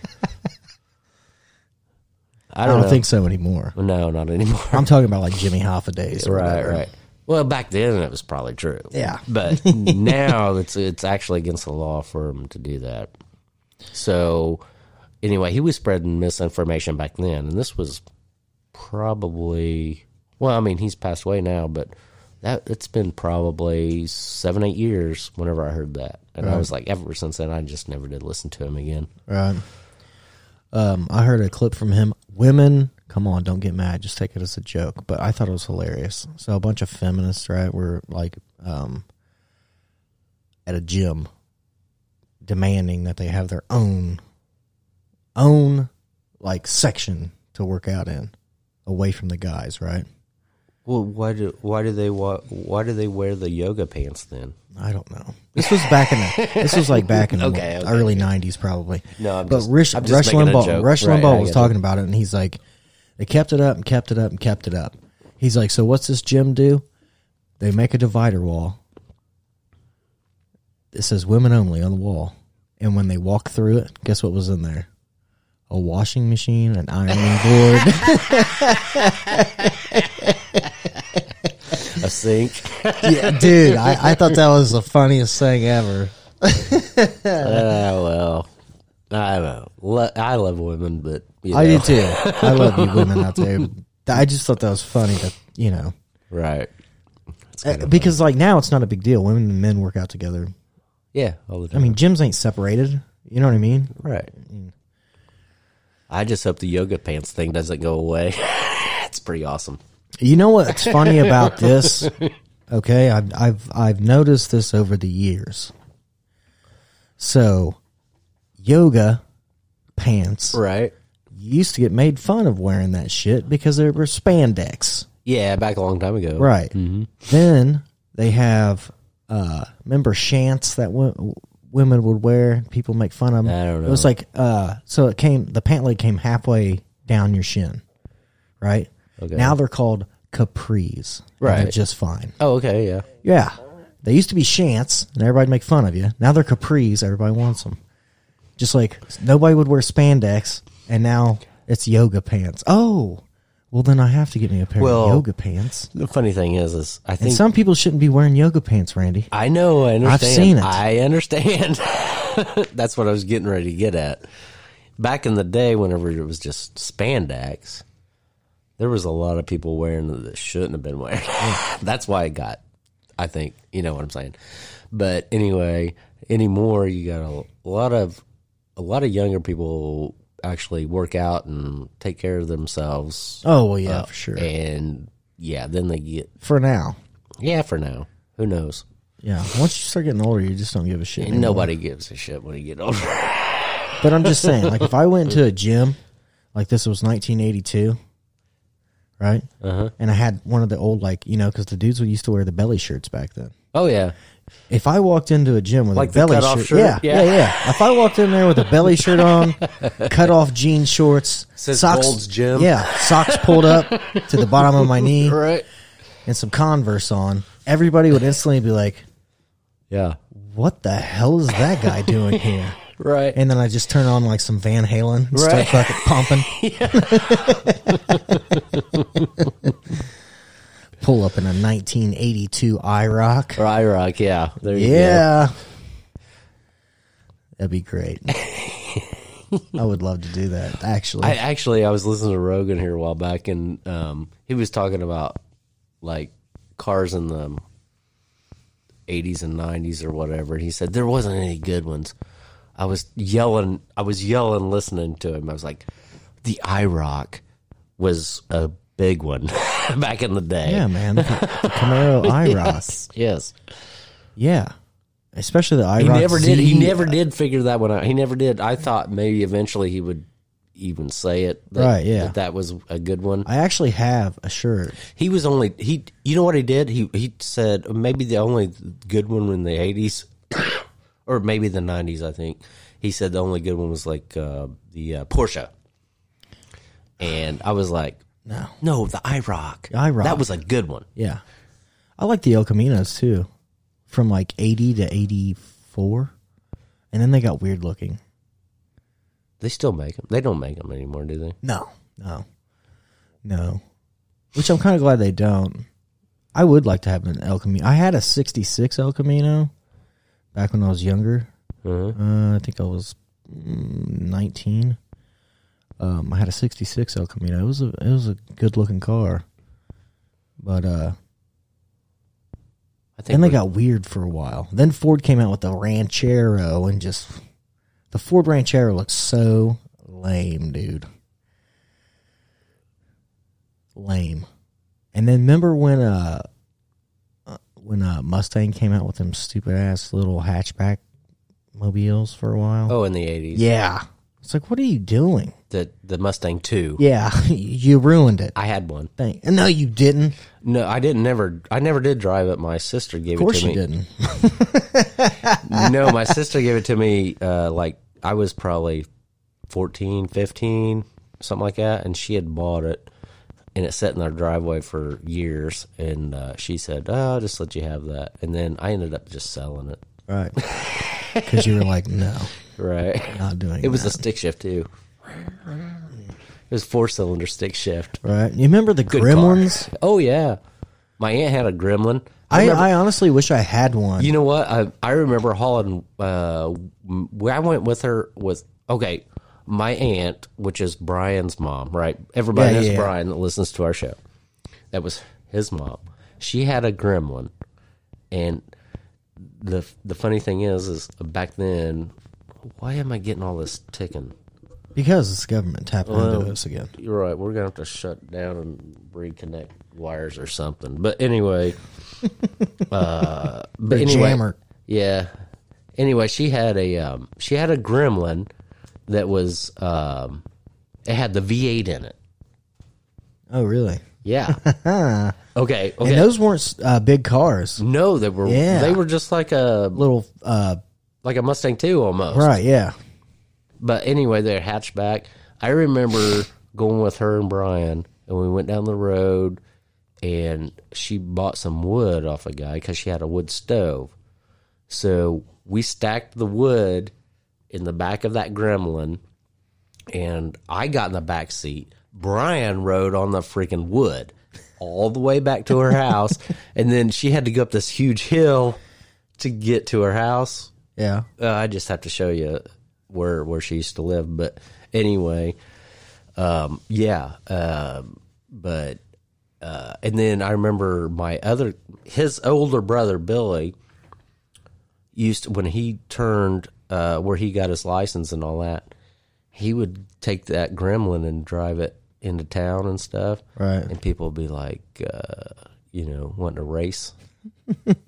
I
I
don't,
don't,
know.
think so anymore.
No, not anymore.
I'm talking about like Jimmy Hoffa days. or
right,
whatever.
right. Well, back then it was probably true.
Yeah. [LAUGHS]
but now it's it's actually against the law for him to do that. So anyway, he was spreading misinformation back then, and this was probably well, I mean, he's passed away now, but that it's been probably seven eight years whenever I heard that, and I was like, ever since then, I just never did listen to him again.
Right. Um, I heard a clip from him. Women, come on, don't get mad. Just take it as a joke. But I thought it was hilarious. So a bunch of feminists, right, were like um, at a gym demanding that they have their own own like section to work out in away from the guys, right?
Well, why do why do they wa- why do they wear the yoga pants then?
I don't know. This was back in the. This was like back in the
[LAUGHS] Okay, okay,
early '90s, probably.
No, I'm
but
just-
Rush,
I'm just
Rush
making a
Limbaugh,
joke.
Rush
Right, I
Limbaugh was
get
talking about it, and he's like, they kept it up and kept it up and kept it up. He's like, so what's this gym do? They make a divider wall. It says women only on the wall, and when they walk through it, guess what was in there? A washing machine, an ironing board. [LAUGHS]
[LAUGHS] A sink.
yeah, dude, I, I thought that was the funniest thing ever.
[LAUGHS] Ah, well, I don't know. Lo- I love women, but you
I
know.
do too.
[LAUGHS]
I love you women out there. I just thought that was funny that you know
Right.
Uh, because like now it's not a big deal. Women and men work out together.
Yeah, all the time.
I mean, gyms ain't separated. You know what I mean?
right.
Mm.
I just hope the yoga pants thing doesn't go away. [LAUGHS] it's pretty awesome.
You know what's
[LAUGHS]
funny about this? Okay, I've I've I've noticed this over the years. So, yoga pants
Right.
used to get made fun of wearing that shit because they were spandex.
Yeah, back a long time ago.
Right.
Mm-hmm.
Then they have uh remember shants that w- women would wear. People make fun of them.
I don't
It was
know.
like uh so it came the pant leg came halfway down your shin. Right?
Okay.
Now they're called capris. and they're
Right.
just fine.
Oh, okay. Yeah.
Yeah. They used to be shants and everybody'd make fun of you. Now they're capris, everybody wants them. Just like nobody would wear spandex and now it's yoga pants. Oh. Well then I have to get me a pair
Well,
of yoga pants.
The funny thing is, is I
And
think
some people shouldn't be wearing yoga pants, Randy.
I know. [LAUGHS] I understand.
seen it.
I understand. [LAUGHS] That's what I was getting ready to get at. Back in the day, whenever it was just spandex, there was a lot of people wearing it that shouldn't have been wearing. [LAUGHS] it. That's why I got. I think you know what I'm saying. But anyway, anymore you got a lot of a lot of younger people actually work out and take care of themselves.
Oh well, yeah, for sure.
And yeah, then they get
For now,
yeah for now. Who knows?
yeah. Once you start getting older, you just don't give a shit.
And
Anymore.
nobody gives a shit when you get older. [LAUGHS]
But I'm just saying, like, if I went to a gym, like this was 1982, right? Uh-huh. And I had one of the old, like, you know, because the dudes would used to wear the belly shirts back then.
Oh yeah,
If I walked into a gym with
Like
a
the
belly
cutoff
shirt,
shirt?
Yeah, yeah,
Yeah.
yeah, If I walked in there with a belly shirt
[LAUGHS]
on, cut off jean shorts,
Says Gold's Gym.
yeah, socks pulled up to the bottom
[LAUGHS]
of my knee,
right.
and some Converse on, everybody would instantly be like,
Yeah,
what the hell is that guy doing here?
[LAUGHS] right.
And then I just turn on like some Van Halen and
Right.
start
[LAUGHS]
fucking pumping. Pull up in a 1982 IROC.
Or IROC, Oh, yeah. There you go.
Yeah. That'd be
[LAUGHS]
great. I would love to do that, actually.
I actually I was listening to Rogan here a while back, and um, he was talking about like cars in the '80s and '90s or whatever. And he said there wasn't any good ones. I was yelling, I was yelling, listening to him. I was like, the IROC was a big one [LAUGHS] back in the day.
yeah, man. The Camaro IROC.
[LAUGHS] Yes, yes.
Yeah. Especially the IROC.
He never did. He
Z.
never did figure that one out. He never did. I thought maybe eventually he would even say it. That,
Right, yeah.
That, that was a good one.
I actually have a shirt.
He was only he. You know what he did? He he said maybe the only good one in the eighties, [COUGHS] or maybe the nineties. I think he said the only good one was like uh, the uh, Porsche. And I was like,
No.
no, the IROC.
IROC.
That was a good one.
Yeah. I like the El Caminos too. From like 80 to 84. And then they got weird looking.
They still make them. They don't make them anymore, do they?
No. No. No. Which I'm kind of glad they don't. I would like to have an El Camino. I had a 66 El Camino back when I was younger. Uh, I think I was mm, 19. Um, I had a 66 El Camino. It was a it was a good looking car. But uh
I think
Then they
we-
got weird for a while. Then Ford came out with the Ranchero and just the Ford Ranchero looks so lame, dude. Lame. And then remember when uh uh, when uh Mustang came out with them stupid ass little hatchback mobiles for a while?
oh in the eighties.
Yeah. It's like what are you doing?
the the Mustang two.
Yeah, [LAUGHS] you ruined it.
I had one.
Thank- No, you didn't.
No, I didn't. Never. I never did drive it. My sister gave
Of course
it to
you
me. [LAUGHS]
didn't.
no, my sister gave it to me uh, like I was probably 14, 15, something like that. And she had bought it and it sat in their driveway for years. And uh, she said, oh, I'll just let you have that. And then I ended up just selling it.
Right. Cuz you were like, no,
Right. [LAUGHS]
not doing
It was
that.
a stick shift, too. It was four cylinder stick shift.
Right. You remember the
Good
Gremlins?
Car. Oh, yeah. My aunt had a gremlin.
I,
remember-
I honestly wish I had one.
You know what? I, I remember hauling. Uh, m- I went with her with okay, my aunt, which is Brian's mom, right? Everybody
Yeah,
knows
yeah.
Brian that listens to our show. That was his mom. She had a gremlin, and the the funny thing is, is back then, why am I getting all this ticking?
because this government tapped into us again.
You're right. We're gonna have to shut down and reconnect wires or something. But anyway, [LAUGHS] uh, but
Or
anyway,
jammer.
yeah. Anyway, she had a um, she had a gremlin that was um, it had the V8 in it.
Oh, really? [LAUGHS]
Yeah. okay. Okay.
Uh-huh.
Mm-hmm.
And those weren't uh, big cars.
no, they were
Yeah.
they were just like a
Little, uh,
like a Mustang too almost.
right, yeah.
But anyway, they're hatchback. I remember going with her and Brian, and we went down the road, and she bought some wood off a guy because she had a wood stove. So we stacked the wood in the back of that gremlin, and I got in the back seat. Brian rode on the freaking wood all the way back to her house, and then she had to go up this huge hill to get to her house
Yeah.
uh, I just have to show you where where she used to live. But anyway, um, yeah. Um but uh, and then I remember my other his older brother Billy used to, when he turned uh, where he got his license and all that. He would take that Gremlin and drive it into town and stuff,
Right.
And people would be like, uh, you know, wanting to race. [LAUGHS] and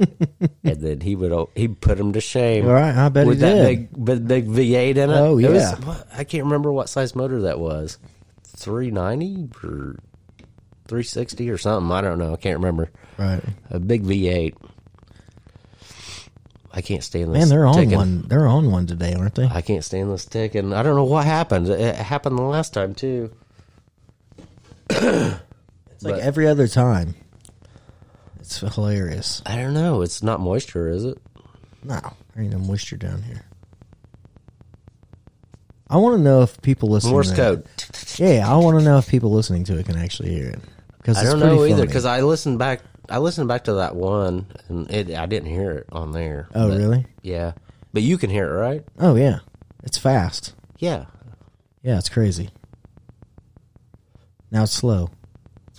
then he would al- he put him to shame.
Right, I bet he
with that
did.
big big, big V8 in it.
Oh,
It was-
yeah.
what- I can't remember what size motor that was. 390 or 360 or something. I don't know. I can't remember.
Right.
A big V8. I can't stand this.
Man, they're on
ticking.
one. They're on one today, aren't they?
I can't stand this ticking. I don't know what happened. It happened the last time too.
It's like every other time. It's hilarious.
I don't know. It's not moisture, is it?
No, there ain't no moisture down here. I want to know if people listening.
Morse
to
code.
Yeah, I want to know if people listening to it can actually hear it. Because
I don't know either because I listened back. I listened back to that one, and it, I didn't hear it on there.
oh
But-
really?
Yeah, but you can hear it, right?
Oh yeah, it's fast.
Yeah, [LAUGHS]
Yeah, it's crazy. Now it's slow.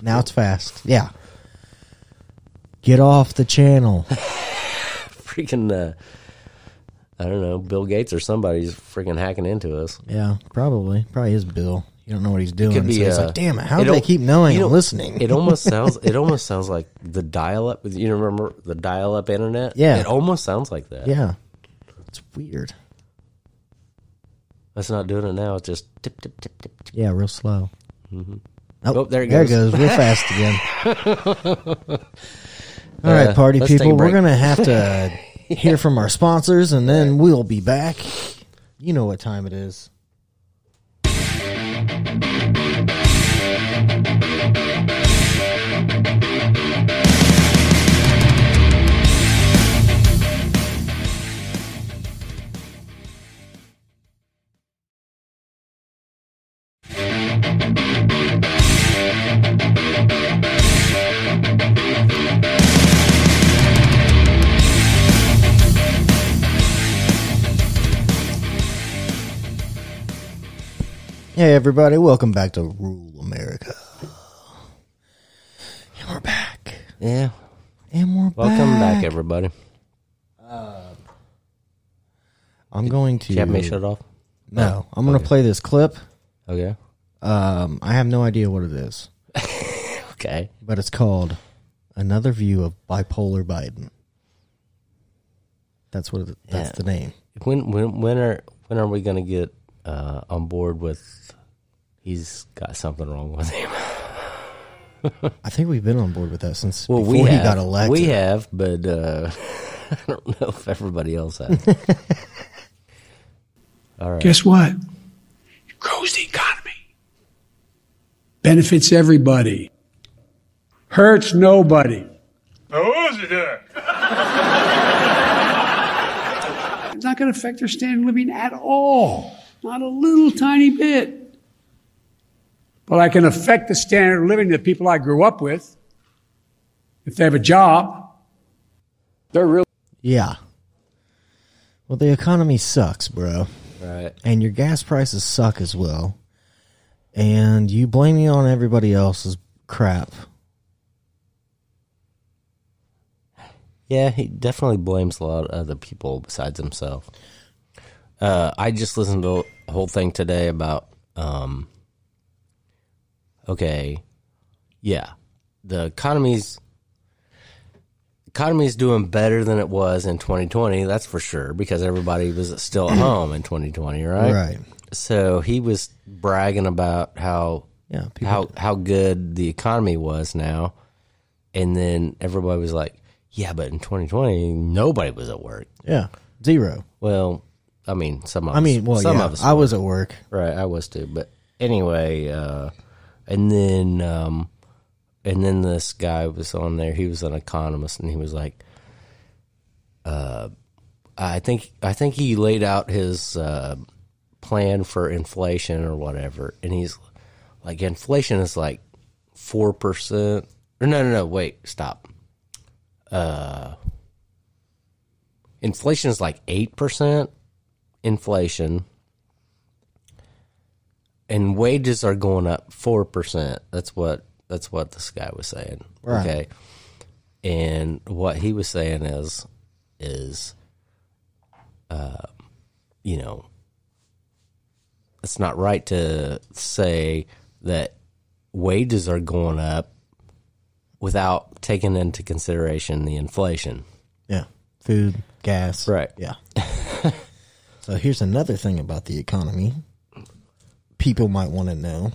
Now it's fast. Yeah. Get off the
[LAUGHS]
channel.
freaking. Uh, I don't know. Bill Gates or somebody's freaking hacking into us.
yeah, probably. Probably is Bill. You don't know what he's doing.
Could be.
so he's
uh,
like, damn it, how do
al-
they keep knowing
you
and
know,
listening? [LAUGHS]
it almost sounds. It almost sounds like the dial up. You remember the dial up internet?
Yeah.
It almost sounds like that.
yeah. It's weird.
That's not doing it now. It's just tip tip tip tip. tip.
Yeah, real slow.
Oh, there it
There it
goes.
goes, real fast again.
[LAUGHS]
All right,
Uh,
party
let's take a
people, we're
break.
going to have
[LAUGHS]
to hear from our sponsors and then we'll be back. You know what time it is. Hey, everybody, welcome back to Rule America. And we're back.
Yeah.
And we're
Welcome back,
back.
everybody.
I'm going to.
Did you have me shut off?
No, I'm going to play this clip. Mm-hmm.
Okay.
Um, I have no idea what it is,
Okay.
but it's called Another View of Bipolar Biden. That's what. It, that's
Yeah.
the name.
When when when are when are we gonna get uh, on board with? He's got something wrong with him.
I think we've been on board with that since before he
have,
got elected.
We have, but uh, [LAUGHS] I don't know if everybody
[LAUGHS]
else has.
Guess what? It grows the economy, benefits everybody, hurts nobody. [LAUGHS] It's not going to affect their standard of living at all, not a little tiny bit. But I can affect the standard of living of the people I grew up with. If they have a job, they're really.
yeah. Well, the economy sucks, bro.
right?
and your gas prices suck as well, and you blame it on everybody else's crap.
Yeah, he definitely blames a lot of other people besides himself. Uh, I just listened to a whole thing today about, um, okay, yeah, the economy's economy's doing better than it was in 2020. That's for sure because everybody was still at home in 2020, right? So he was bragging about how
Yeah. People,
how how good the economy was now, and then everybody was like, "Yeah, but in 2020, nobody was at work."
Yeah. Zero.
Well, I mean, some of
I mean,
us,
well,
some
yeah.
of us,
I was at work.
right? I was too, but anyway, uh, and then um, and then this guy was on there. He was an economist, and he was like, uh, "I think I think he laid out his uh, plan for inflation or whatever," and he's like, "Inflation is like four percent." Or no, no, no. Wait, stop. Uh, inflation is like eight percent. Inflation and wages are going up four percent. That's what that's what this guy was saying.
Right.
Okay, and what he was saying is is uh, you know it's not right to say that wages are going up without taking into consideration the inflation.
Yeah. Food, gas.
Right.
Yeah. [LAUGHS] so here's another thing about the economy people might want to know.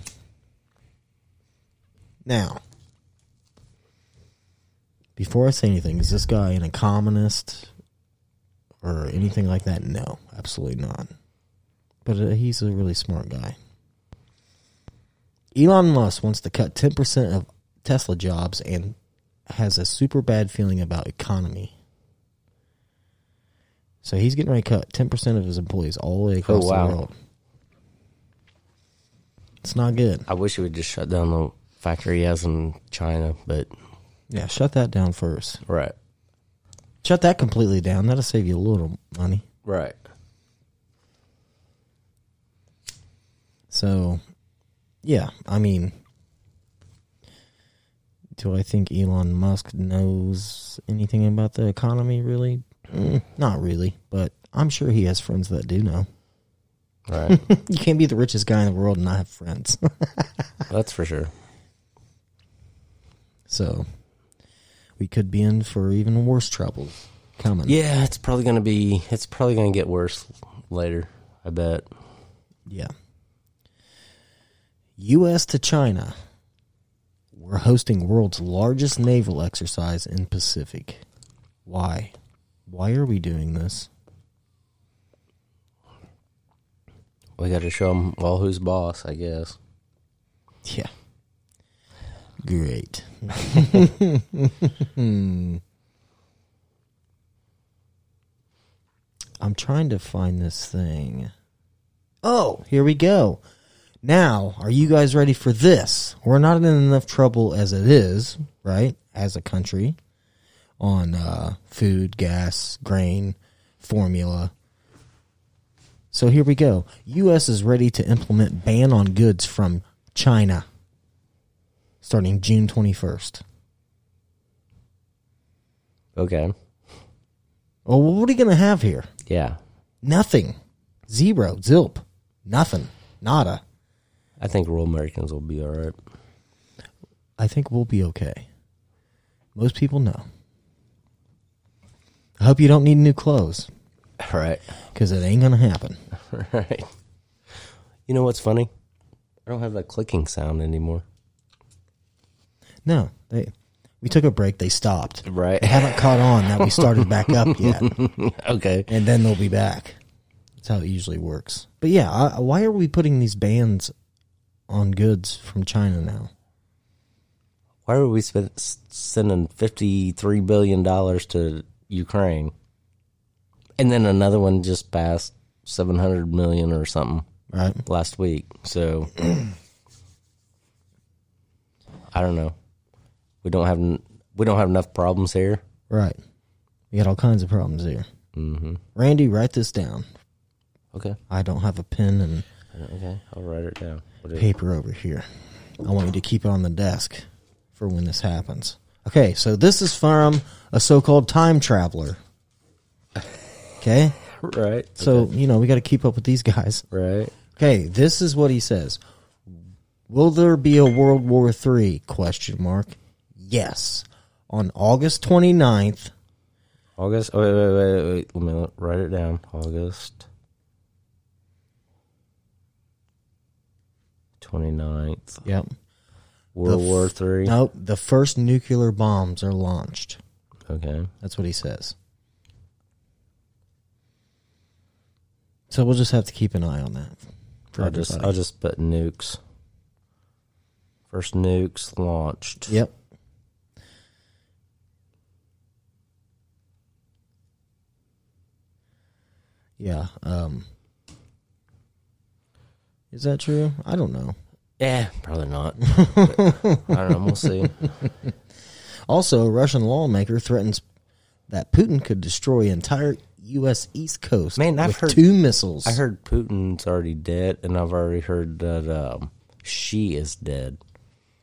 Now, before I say anything, is this guy an economist or anything like that? No, absolutely not. But uh, he's a really smart guy. Elon Musk wants to cut 10% of Tesla jobs and has a super bad feeling about economy. So he's getting ready to cut 10% of his employees all the way across
wow.
the world. It's not good.
I wish he would just shut down the factory he has in China, but
Yeah, shut that down first.
right,
Shut that completely down. That'll save you a little money.
right.
So, yeah, I mean, do I think Elon Musk knows anything about the economy really? Mm, not really, but I'm sure he has friends that do know.
Right.
[LAUGHS] You can't be the richest guy in the world and not have friends. [LAUGHS]
That's for sure.
so, we could be in for even worse troubles coming.
Yeah, it's probably gonna be. It's probably gonna get worse later. I bet.
Yeah. U.S. to China. We're hosting world's largest naval exercise in Pacific. Why? Why are we doing this?
We got to show them well who's boss. I guess.
Yeah. Great. [LAUGHS] I'm trying to find this thing. Oh, here we go. Now, are you guys ready for this? We're not in enough trouble as it is, right? As a country on uh, food, gas, grain, formula, so here we go. U.S. is ready to implement ban on goods from China starting June 21st.
Okay.
Oh, well, what are you going to have here?
Yeah.
Nothing. Zero. Zilp. Nothing. Nada.
I think rural Americans will be all right.
I think we'll be okay. Most people know. I hope you don't need new clothes
All [LAUGHS] right. [LAUGHS]
because it ain't going to happen.
All right. You know what's funny? I don't have that clicking sound anymore.
No. They, we took a break. They stopped.
Right.
They haven't caught on that we started back up yet.
okay.
and then they'll be back. That's how it usually works. But yeah, I, why are we putting these bans on goods from China now?
Why are we spend, s- sending fifty-three billion dollars to Ukraine, and then another one just passed seven hundred million or something
Right?
last week? So I don't know. We don't have n- we don't have enough problems here.
Right. We got all kinds of problems here. Mm-hmm. Randy, write this down.
Okay.
I don't have a pen and
Okay. I'll write it down. What [LAUGHS] is-
paper over here. I want you to keep it on the desk for when this happens. Okay, so this is from a so called time traveler. Okay?
Right.
So, you know, we got to keep up with these guys.
Right.
Okay, this is what he says. Will there be a World War III? Question mark. Yes. On August 29th,
August. oh, Wait, wait, wait, wait. Let me write it down. August 29th.
yep.
World
The f-
War Three.
Nope, the first nuclear bombs are launched.
Okay.
That's what he says. So we'll just have to keep an eye on that. For
I'll just I'll
everybody.
just put nukes. First nukes launched.
Yep. Yeah. Um, is that true? I don't know.
Yeah, Eh, probably [LAUGHS] not. But I don't know. We'll see.
Also, a Russian lawmaker threatens that Putin could destroy entire U.S. East Coast
Man, I've
with
heard-
two missiles.
I heard Putin's already dead, and I've already heard that um, she is dead.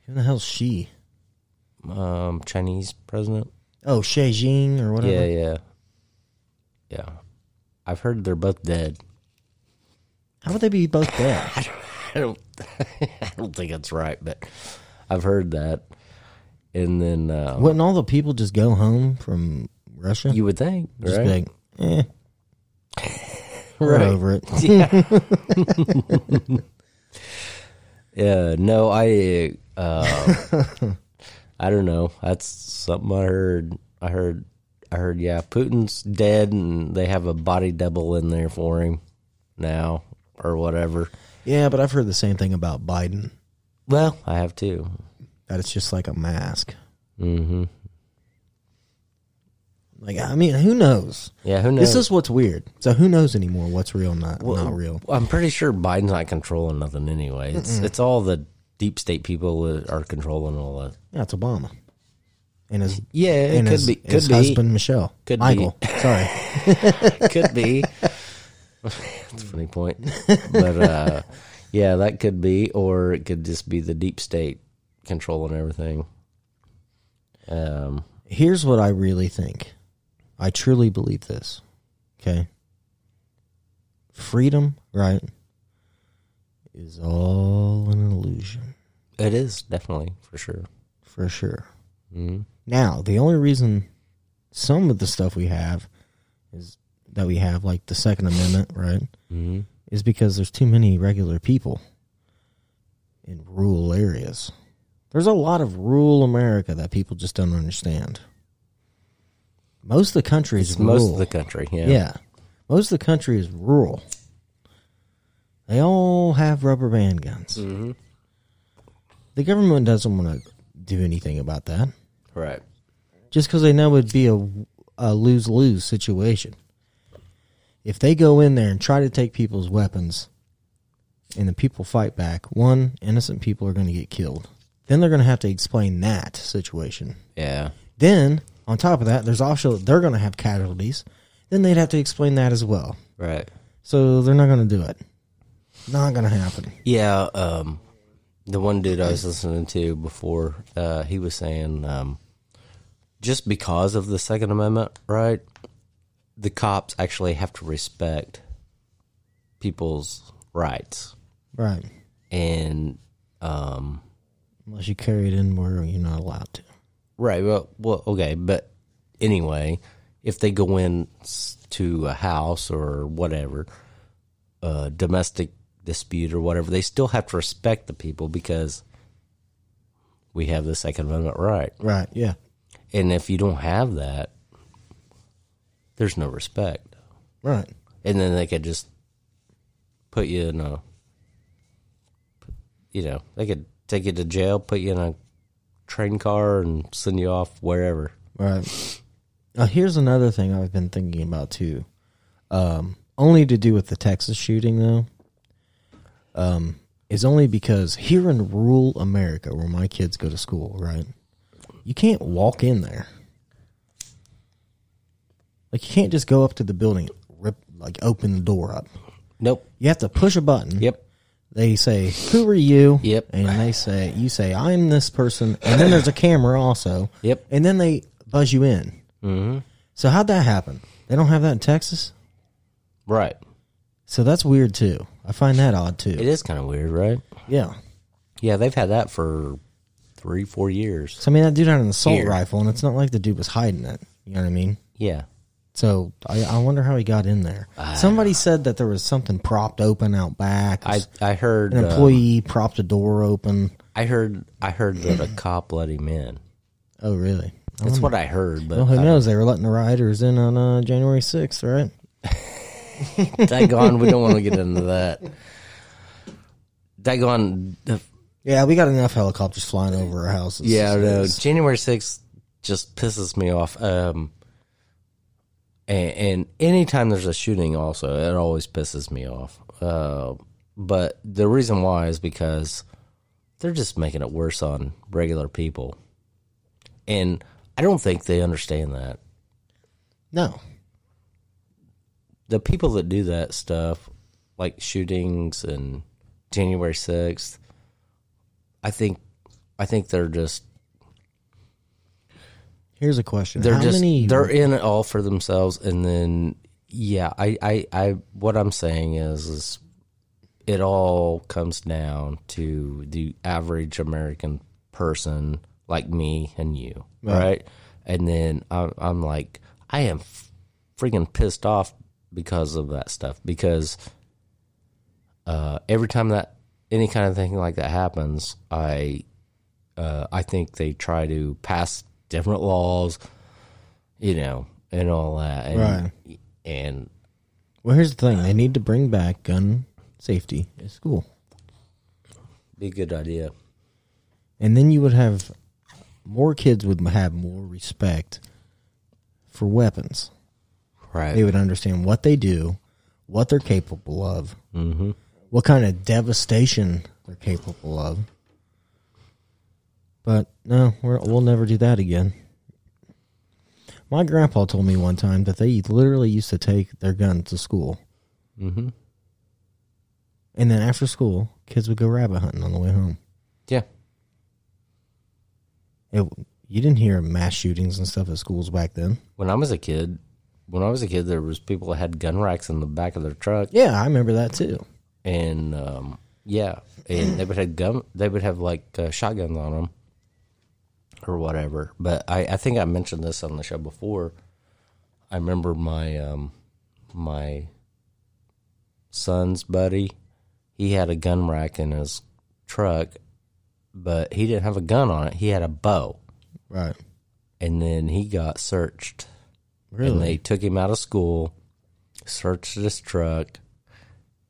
Who the hell's she?
Um, Chinese president.
Oh, Xi Jinping or whatever.
Yeah, yeah, yeah. I've heard they're both dead.
How would they be both dead?
[LAUGHS] I don't, I don't think that's right, but I've heard that. And then uh,
Wouldn't all the people just go home from Russia?
you would think,
just
right?
be like, eh, we're
Right.
over it.
Yeah, no, I, uh, I don't know. That's something I heard. I heard, I heard. Yeah, Putin's dead, and they have a body double in there for him now, or whatever.
Yeah, but I've heard the same thing about Biden
Well, I have too.
that it's just like a mask.
Mm-hmm.
Like, I mean, who knows?
Yeah, who knows?
This is what's weird. So who knows anymore what's real, not
Well,
not real?
I'm pretty sure Biden's not controlling nothing anyway. It's it's all the deep state people that are controlling all that.
Yeah, it's Obama. And his
Yeah, it
and
could
his,
be- could
his
be.
husband Michelle.
Could be. [LAUGHS]
Michael. Sorry.
could be. That's a funny point. But uh, yeah, that could be, or it could just be the deep state controlling everything. Um,
Here's what I really think. I truly believe this. Okay. Freedom, right, is all an illusion
it is definitely for sure.
for sure.
Mhm.
Now, the only reason some of the stuff we have is that we have, like the Second Amendment, right,
Mhm.
is because there's too many regular people in rural areas. There's a lot of rural America that people just don't understand. Most of the country is
It's
rural.
most of the country. Yeah.
Yeah. Most of the country is rural. They all have rubber band guns. The government doesn't want to do anything about that
Right.
just because they know it'd be a, a lose lose situation. If they go in there and try to take people's weapons and the people fight back, one, innocent people are going to get killed. Then they're going to have to explain that situation.
Yeah.
Then, on top of that, there's also they're going to have casualties. Then they'd have to explain that as well.
Right.
So they're not going to do it. Not going to happen.
Yeah, um, the one dude I was listening to before, uh, he was saying um, just because of the Second Amendment, right? The cops actually have to respect people's rights,
Right.
and um,
Unless you carry it in where you're not allowed to.
right. Well, well, okay, but anyway, if they go in s- to a house or whatever, uh, domestic dispute or whatever, they still have to respect the people because we have the Second Amendment right.
Right. Yeah.
And if you don't have that, there's no respect.
Right.
And then they could just put you in a, you know, they could take you to jail, put you in a train car, and send you off wherever.
Right. Now, here's another thing I've been thinking about too. Um, only to do with the Texas shooting, though, um, is only because here in rural America, where my kids go to school, right? You can't walk in there. Like, you can't just go up to the building, rip, like, open the door up.
Nope.
You have to push a button.
Yep.
They say, "Who are you?"
Yep.
And they say, "You say I'm this person." And then there's a camera also.
Yep.
And then they buzz you in. Mm-hmm. So how'd that happen? They don't have that in Texas.
Right.
So that's weird too. I find that odd
It
too.
is kind of weird, right?
Yeah.
Yeah, they've had that for three, four years.
So I mean, that dude had an assault
Here.
rifle, and it's not like the dude was hiding it. You know what I mean?
Yeah.
So I, I wonder how he got in there. Somebody said that there was something propped open out back.
I I heard
an
uh,
employee propped a door open.
I heard I heard that a cop let him in.
Oh, really?
That's what I heard, but
Well, who
I-
knows? They were letting the rioters in on uh, January 6th, right?
Dagon, we don't want to get into that. uh, Dagon,
Yeah, we got enough helicopters flying over our houses.
yeah, no, January 6th just pisses me off. Um, and, and anytime there's a shooting, also, it always pisses me off. Uh, but the reason why is because they're just making it worse on regular people. And I don't think they understand that.
No.
the people that do that stuff, like shootings and January sixth, I think, I think they're just
Here's a question.
they're
How
just
many,
they're in it all for themselves. And then, yeah, I, I, I, what I'm saying is, is it all comes down to the average American person like me and you, right? And then I'm, I'm like, I am freaking pissed off because of that stuff because uh, every time that any kind of thing like that happens, I uh, I think they try to pass different laws, you know, and all that, and, and
Well, here's the thing. They need to bring back gun safety at school.
be a good idea.
And then you would have more kids would have more respect for weapons.
Right.
They would understand what they do, what they're capable of, mm-hmm. what kind of devastation they're capable of. But no, we're, we'll never do that again. My grandpa told me one time that they literally used to take their gun to school.
Mhm.
And then after school, kids would go rabbit hunting on the way home.
Yeah.
It, you didn't hear mass shootings and stuff at schools back then.
When I was a kid, when I was a kid, there was people that had gun racks in the back of their truck,
Yeah, I remember that too.
and um, yeah, and they would have gun, they would have like uh, shotguns on them or whatever. But I, I think I mentioned this on the show before. I remember my um, my son's buddy. He had a gun rack in his truck, but he didn't have a gun on it. He had a bow,
Right.
and then he got searched. And they
Really?
took him out of school, searched his truck,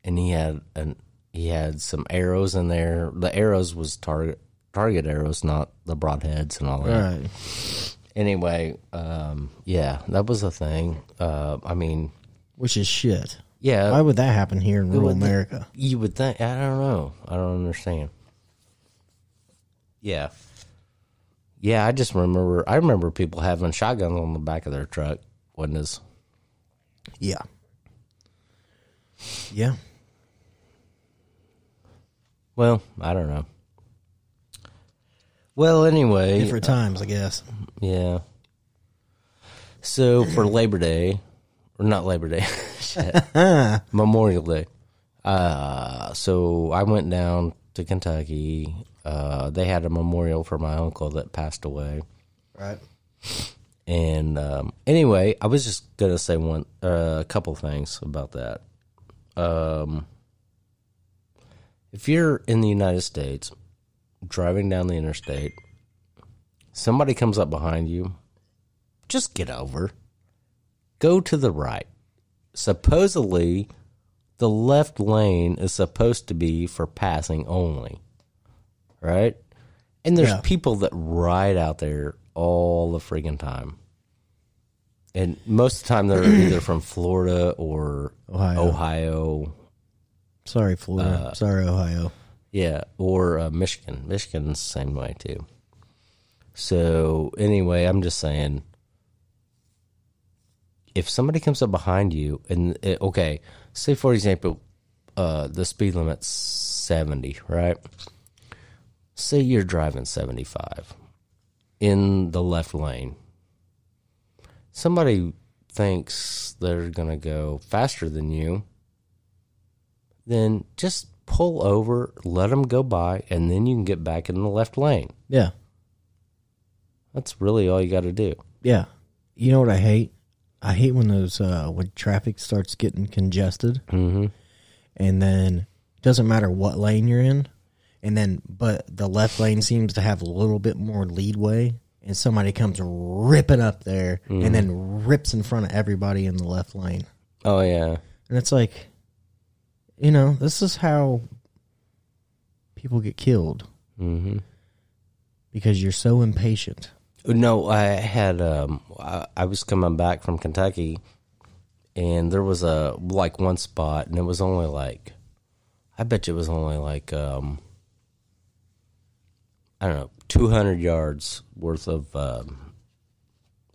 and he had an he had some arrows in there. The arrows was target target arrows, not the broadheads and all that.
Right.
Anyway, um, yeah, that was a thing. Uh, I mean,
Which is shit.
yeah,
Why Uh, would that happen here in rural
would-
America?
you would think. I don't know. I don't understand. Yeah, yeah. I just remember. I remember people having shotguns on the back of their truck windows.
Yeah. Yeah.
Well, I don't know. Well, anyway,
Different times, I guess.
yeah. So for Labor Day, or not Labor Day, [LAUGHS] shit, Memorial Day. Uh, so I went down to Kentucky. Uh, they had a memorial for my uncle that passed away.
Right.
And um, anyway, I was just gonna say one, uh, a couple things about that. Um, if you're in the United States, driving down the interstate, somebody comes up behind you, just get over, go to the right. Supposedly, the left lane is supposed to be for passing only, right? And there's
Yeah.
people that ride out there all the friggin' time. And most of the time, they're either from Florida or
Ohio.
Ohio
Sorry, Florida. Sorry, Ohio.
yeah, or uh, Michigan. Michigan's the same way too. So anyway, I'm just saying, if somebody comes up behind you and uh, okay, say for example, uh, the speed limit's seventy, right? Say you're driving seventy five in the left lane. Somebody thinks they're gonna go faster than you then just pull over, let them go by, and then you can get back in the left lane.
Yeah.
That's really all you got to do.
Yeah. You know what I hate? I hate when those uh when traffic starts getting congested
Mm-hmm.
and then doesn't matter what lane you're in and then but the left lane seems to have a little bit more leadway and somebody comes ripping up there
Mm-hmm.
and then rips in front of everybody in the left lane.
Oh yeah,
And it's like, you know, this is how people get killed.
Mm-hmm.
Because you're so impatient.
No, I had um, I, I was coming back from Kentucky, and there was a like one spot, and it was only like, I bet you it was only like um, I don't know, two hundred yards worth of um,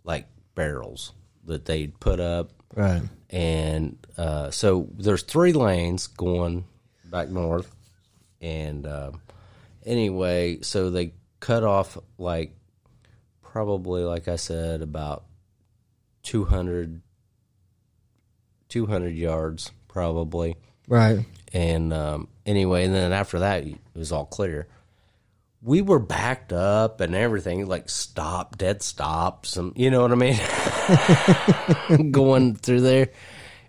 like barrels that they'd put up
Right.
and uh, so there's three lanes going back north and um, anyway so they cut off like probably like i said about 200 200 yards probably
Right.
and um, anyway, and then after that, it was all clear. We were backed up and everything, like stop, dead stop, some, you know what I mean? [LAUGHS] Going through there.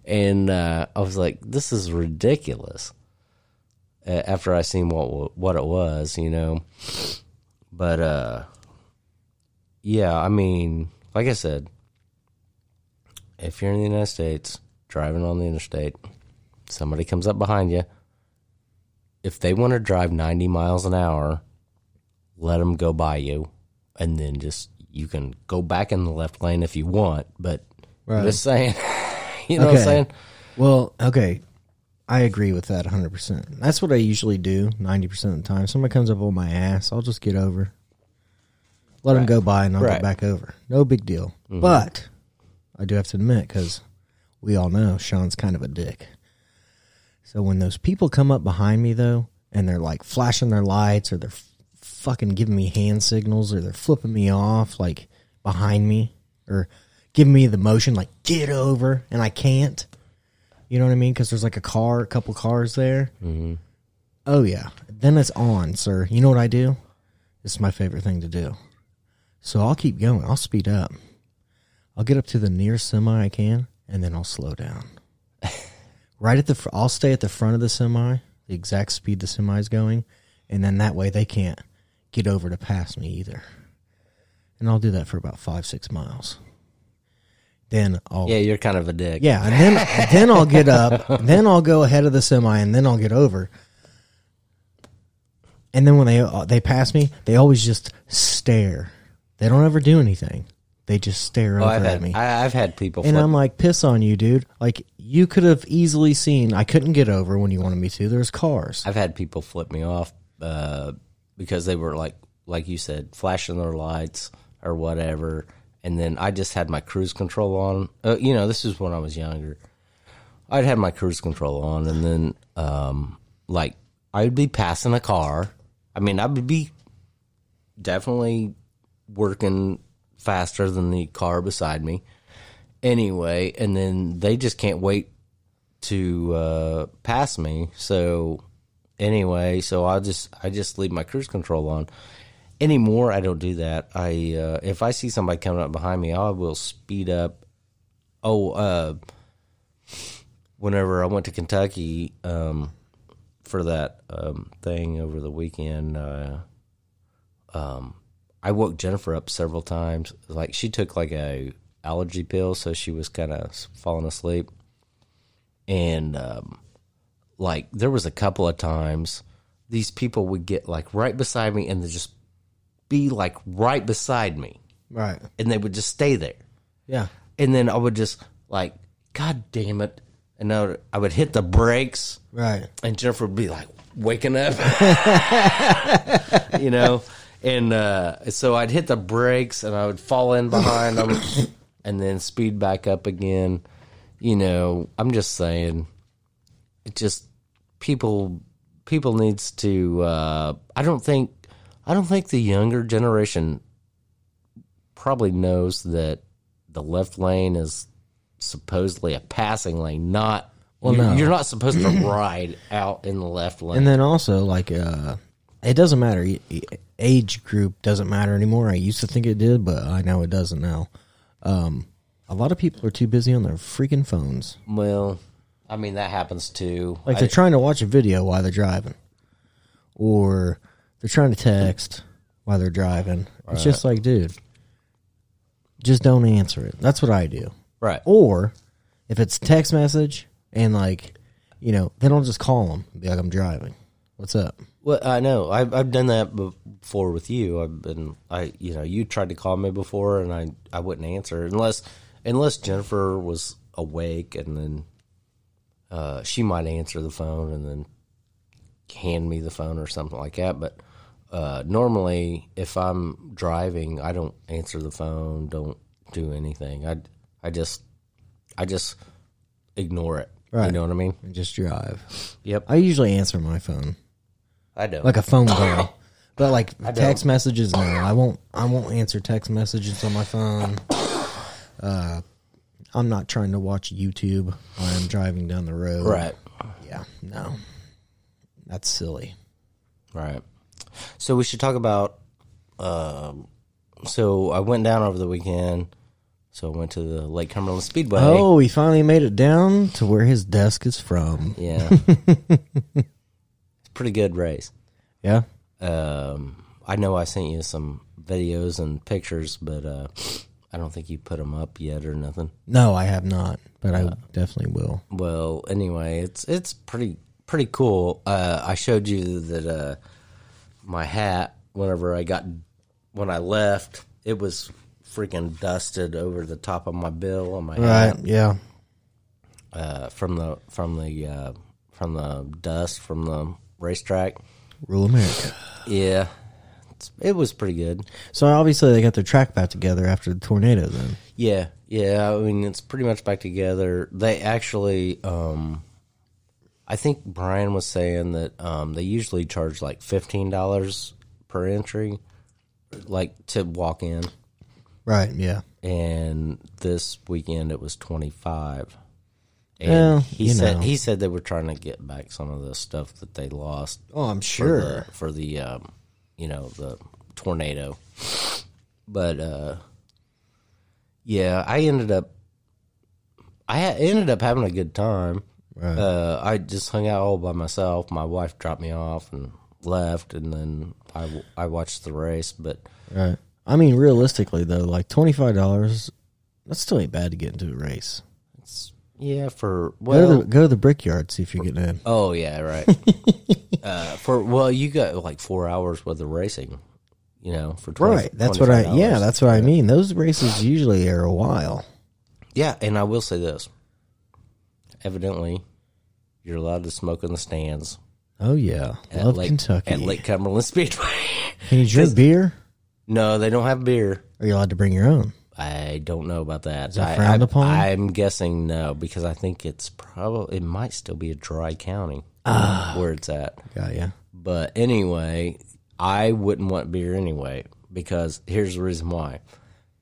And uh, I was like, this is ridiculous. Uh, after I seen what what it was, you know, but uh, yeah, I mean, like I said, if you're in the United States driving on the interstate, somebody comes up behind you. If they want to drive 90 miles an hour, let them go by you. And then just, you can go back in the left lane if you want. But
Right.
I'm just saying, [LAUGHS] you know what
Okay.
I'm saying?
Well, okay. I agree with that 100%. That's what I usually do 90% of the time. Somebody comes up on my ass, I'll just get over. Let them go by and I'll
Right. Mm-hmm.
get back over. No big deal. But I do have to admit, because we all know Sean's kind of a dick. So when those people come up behind me, though, and they're like flashing their lights or they're f- fucking giving me hand signals or they're flipping me off, like behind me or giving me the motion, like get over, and I can't. You know what I mean? Because there's like a car, a couple cars there. Oh yeah. Then it's on, sir. You know what I do? It's my favorite thing to do. So I'll keep going. I'll speed up. I'll get up to the nearest semi I can, and then I'll slow down. right at the, fr- I'll stay at the front of the semi, the exact speed the semi is going, and then that way they can't get over to pass me either. And I'll do that for about five, six miles. Then I'll
Yeah, you're kind of a dick.
yeah, and then then I'll get up, then I'll go ahead of the semi, and then I'll get over. And then when they uh, they pass me, they always just stare. They don't ever do anything. They just stare
Oh,
over
I've
at
had
me,
I, I've had people.
and
flip-
I'm like, "Piss on you, dude!" Like you could have easily seen. I couldn't get over when you wanted me to. There's cars.
I've had people flip me off uh, because they were like, like you said, flashing their lights or whatever. And then I just had my cruise control on. Uh, you know, this is when I was younger. I'd had my cruise control on, and then um, like I'd be passing a car. I mean, I'd be definitely working faster than the car beside me. Anyway, and then they just can't wait to uh, pass me. So anyway, so I just I just leave my cruise control on. Anymore, I don't do that. I uh, if I see somebody coming up behind me, I will speed up. Oh, uh, whenever I went to Kentucky um, for that um, thing over the weekend, uh, um, I woke Jennifer up several times. Like she took like a allergy pill, so she was kind of falling asleep. And um, like there was a couple of times these people would get like right beside me and they just be like right beside me,
Right.
and they would just stay there.
Yeah.
And then I would just like, God damn it! And I would, I would hit the brakes
Right.
and Jennifer would be like waking up, you know, and uh, so I'd hit the brakes and I would fall in behind them and then speed back up again. You know, I'm just saying, it just people people needs to. Uh, I don't think I don't think the younger generation probably knows that the left lane is supposedly a passing lane, not. Well, you're,
no.
you're not supposed [CLEARS THROAT] to ride out in the left lane.
And then also, like, uh, it doesn't matter. Y- y- Age group doesn't matter anymore. I used to think it did, but I know it doesn't now. Um, a lot of people are too busy on their freaking phones.
well, I mean that happens too.
Like,
I-
they're trying to watch a video while they're driving, or they're trying to text while they're driving. It's just like, dude, just don't answer it. That's what I do.
right.
Or if it's text message and, like, you know, then I'll just call them and be like, I'm driving. What's up?
Well, I know I've I've done that be- before with you. I've been I you know you tried to call me before and I I wouldn't answer unless unless Jennifer was awake and then uh, she might answer the phone and then hand me the phone or something like that. But uh, normally, if I'm driving, I don't answer the phone. Don't do anything. I I just I just ignore it. You
Right.
know what I mean?
And just drive.
Yep.
I usually answer my phone,
I don't.
like a [LAUGHS] phone call, but like text messages. No, I won't. I won't answer text messages on my phone. Uh, I'm not trying to watch YouTube while I'm driving down the road.
right.
Yeah. No, that's silly.
Right. So we should talk about. Um, so I went down over the weekend. So I went to the Lake Cumberland Speedway.
Oh, he finally made it down to where his desk is from.
yeah, it's a pretty good race.
Yeah.
Um, I know I sent you some videos and pictures, but uh, I don't think you put them up yet or nothing.
No, I have not, but I definitely will.
Well, anyway, it's it's pretty pretty cool. Uh, I showed you that uh, my hat whenever I got when I left, it was freaking dusted over the top of my bill on my
Right.
hat
Yeah.
uh, from the from the uh, from the dust from the racetrack.
Rule America.
Yeah, It's, it was pretty good.
So obviously they got their track back together after the tornado. Then
Yeah, yeah. I mean, it's pretty much back together. They actually, um, I think Brian was saying that um, they usually charge like fifteen dollars per entry, like to walk in.
right? Yeah.
And this weekend it was twenty five. And
Well,
he
you
said
know.
he said they were trying to get back some of the stuff that they lost
Oh, I'm
for the, for the um, you know the tornado. But uh, yeah, I ended up I ha- ended up having a good time. Uh, I just hung out all by myself. My wife dropped me off and left, and then I, w- I watched the race. But
Right. I mean, realistically though, like twenty five dollars, that still ain't bad to get into a race.
it's yeah for
Go to
well
the, go to the brickyard see if you get in.
oh
[LAUGHS]
yeah right uh, for well you got like four hours worth of racing, you know for 20,
Right. That's what I. Yeah,
$25.
that's what I mean. Those races usually are a while.
Yeah, and I will say this. Evidently, you're allowed to smoke in the stands
Oh yeah, love
Lake,
Kentucky.
at Lake Cumberland [LAUGHS] Speedway.
Can you drink beer?
no, they don't have beer.
Are you allowed to bring your own?
I don't know about that.
that
I,
frowned
I-
upon?
I'm guessing no, because I think it's probably it might still be a dry county
Ah.
where it's at.
Got ya.
But anyway, I wouldn't want beer anyway because here's the reason why: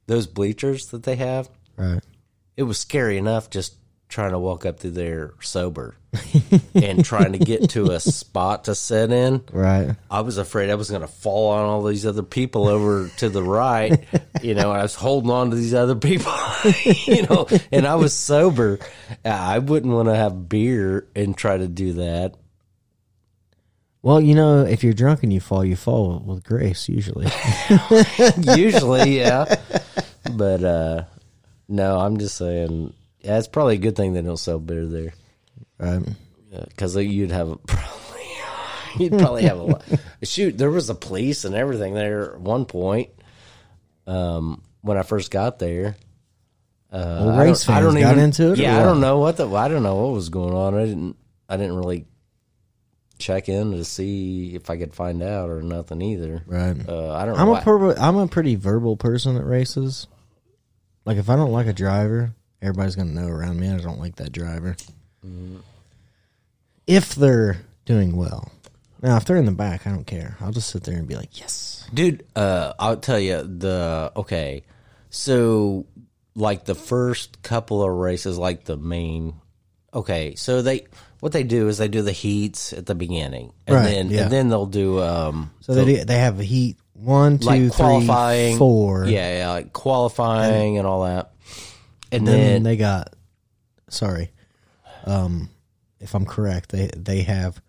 those bleachers that they have,
Right.
it was scary enough just trying to walk up through there sober [LAUGHS] and trying to get to a spot to sit in.
Right.
I was afraid I was going to fall on all these other people over to the right, you know, and I was holding on to these other people, [LAUGHS] you know, and I was sober. I wouldn't want to have beer and try to do that.
Well, you know, if you're drunk and you fall, you fall with grace [LAUGHS] usually.
Usually, yeah. But uh no, I'm just saying, yeah, it's probably a good thing they don't sell beer there.
right.
because you'd have [LAUGHS] probably you'd probably have a lot. shoot. There was the police and everything there at one point. Um, when I first got there, uh,
Well,
I
race
don't, I
fans
don't
got
even
into it. or
Yeah, I
what?
don't know what the I don't know what was going on. I didn't I didn't really check in to see if I could find out or nothing either.
Right.
Uh, I don't.
I'm
know
a
why-
per- I'm a pretty verbal person at races. Like if I don't like a driver, everybody's gonna know around me. I don't like that driver.
Mm-hmm.
If they're doing well, now if they're in the back, I don't care. I'll just sit there and be like, yes.
dude uh i'll tell you the okay so like the first couple of races like the main okay so they what they do is they do the heats at the beginning and
Right,
then
yeah.
and then they'll do um
So they do, they have a heat one, two,
like
three,
qualifying
four.
yeah, yeah like qualifying and all that and
Then
then,
they got sorry, um, if I'm correct, they they have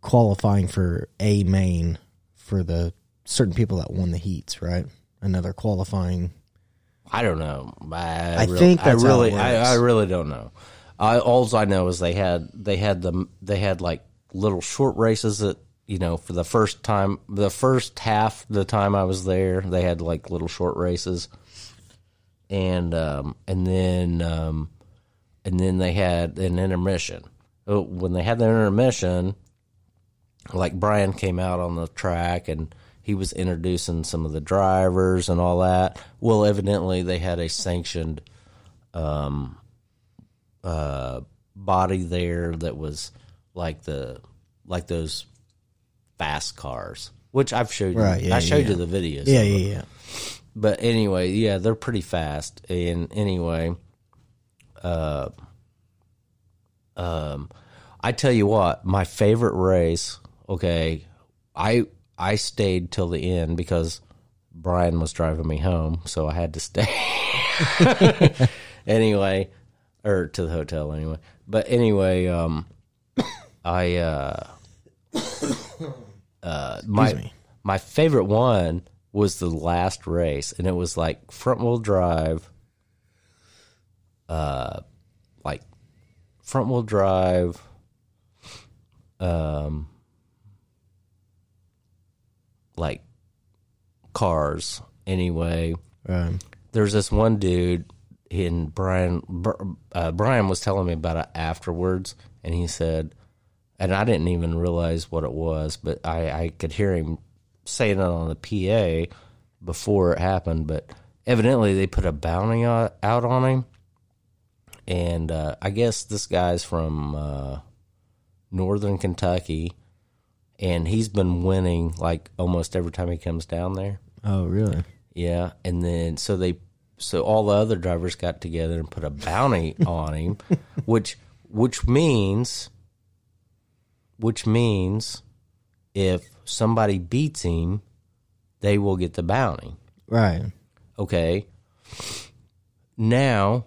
qualifying for a main for the certain people that won the heats, right? Another qualifying.
i don't know i,
I
really,
think that's
i
how
really
it works.
I, I really don't know i all i know is they had they had the they had like little short races that you know, for the first time, the first half the time I was there, they had like little short races, and um, and then um, and then they had an intermission. Oh, When they had their intermission, like Brian came out on the track and he was introducing some of the drivers and all that. Well, evidently they had a sanctioned um, uh, body there that was like the like those fast cars, which I've showed you.
Right, yeah,
I showed
yeah.
you the videos.
Yeah,
of it.
yeah, yeah.
But anyway, yeah, they're pretty fast. And anyway, uh, um, um, I tell you what, my favorite race. Okay, I I stayed till the end because Brian was driving me home, so I had to stay. [LAUGHS] anyway, or to the hotel anyway. But anyway, um, [COUGHS] I uh, uh, my
me.
my favorite one was the last race, and it was like front wheel drive, uh, like front wheel drive, um, like cars anyway
Um,
there's this one dude and Brian Br- uh, Brian was telling me about it afterwards and he said and I didn't even realize what it was but I I could hear him saying it on the PA before it happened, but evidently they put a bounty o- out on him. And uh, I guess this guy's from uh, northern Kentucky, and he's been winning like almost every time he comes down there.
Oh, really?
Yeah, and then so they so all the other drivers got together and put a bounty on him, which which means which means if somebody beats him, they will get the bounty.
Right.
Okay. Now,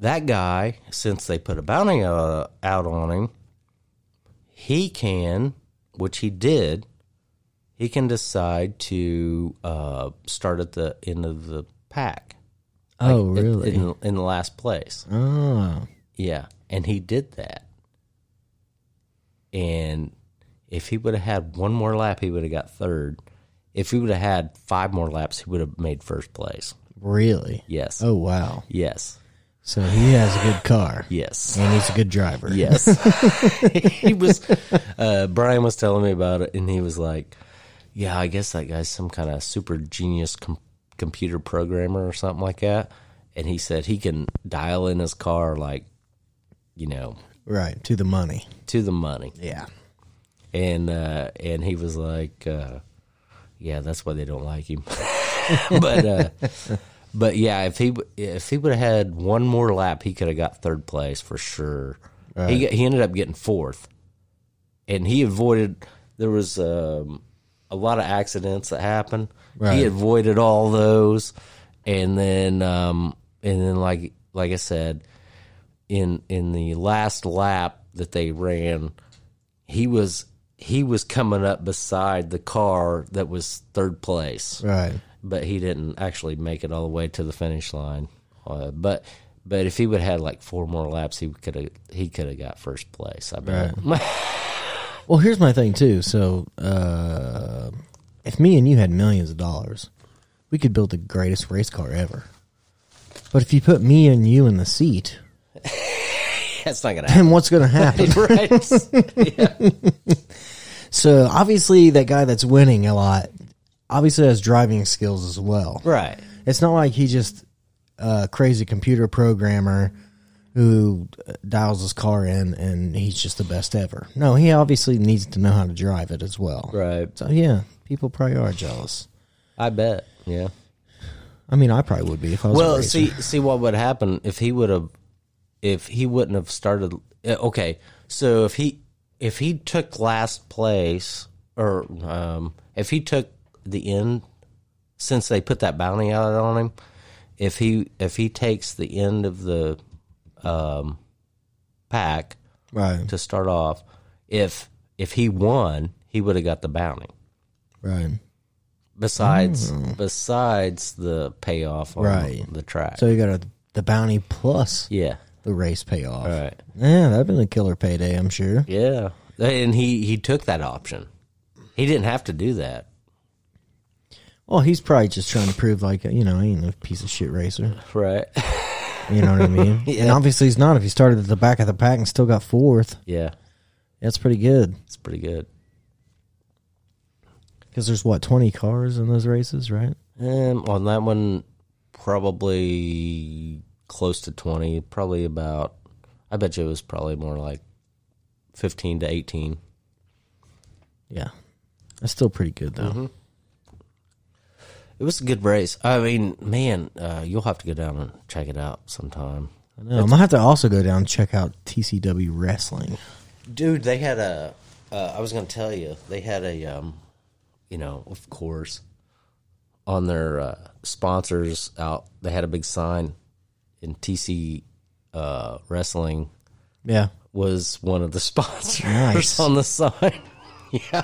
that guy, since they put a bounty uh, out on him, he can, which he did, he can decide to uh, start at the end of the pack.
Oh,
At-
really?
In, in the last place.
oh,
Yeah. And he did that. And if he would have had one more lap, he would have got third. If he would have had five more laps, he would have made first place.
really?
Yes.
Oh, wow.
Yes.
So he has a good car.
Yes.
And he's a good driver.
Yes. [LAUGHS] he was uh Brian was telling me about it and he was like, "Yeah, I guess that guy's some kind of super genius com- computer programmer or something like that." And he said he can dial in his car like, you know,
Right. To the money.
to the money.
Yeah.
And uh and he was like, uh yeah, that's why they don't like him. [LAUGHS] but uh [LAUGHS] but yeah, if he if he would have had one more lap, he could have got third place for sure. He got- he ended up getting fourth, and he avoided. There was um, a lot of accidents that happened. He
Right.
avoided all those, and then um, and then like like I said, in in the last lap that they ran, he was he was coming up beside the car that was third place
Right.
but he didn't actually make it all the way to the finish line. Uh, but but if he would have had like four more laps, he could have he could have got first place. I bet.
Well, here's my thing too. So, uh, if me and you had millions of dollars, we could build the greatest race car ever. But if you put me and you in the seat, [LAUGHS]
[LAUGHS] That's not gonna happen, [LAUGHS]
then what's going to happen?
right?
so, obviously, that guy that's winning a lot obviously has driving skills as well.
right.
It's not like he just a crazy computer programmer who uh, dials his car in and he's just the best ever. No, he obviously needs to know how to drive it as well.
Right.
So yeah, people probably are jealous.
I bet. Yeah.
I mean, I probably would be if I was. a
Well,
racer.
see see what would happen if he would have if he wouldn't have started eh, okay. So if he if he took last place or um if he took the end since they put that bounty out on him, if he if he takes the end of the um pack
right,
to start off, if if he won, he would have got the bounty.
right.
Besides besides the payoff on
Hmm. Right.
the track.
So you got a, the bounty plus
yeah.
the race payoff.
Right.
Yeah, that'd been a killer payday, I'm sure.
Yeah, and he he took that option. He didn't have to do that,
Well, he's probably just trying to prove, like, you know, I ain't no piece of shit racer.
right?
You know what I [LAUGHS] mean? And obviously he's not. If he started at the back of the pack and still got fourth,
[LAUGHS] yeah,
that's pretty good.
it's pretty good.
Because there's what twenty cars in those races, right?
Um, on that one, probably close to twenty. Probably about. I bet you it was probably more like fifteen to eighteen.
Yeah, that's still pretty good though.
It was a good race. I mean, man, uh, you'll have to go down and check it out sometime.
I know. I'm gonna have to also go down and check out TCW wrestling.
dude they had a uh, i was gonna tell you they had a um you know of course on their uh, sponsors out they had a big sign and tc uh, wrestling
Yeah,
was one of the [LAUGHS] sponsors
Nice.
on the sign [LAUGHS] yeah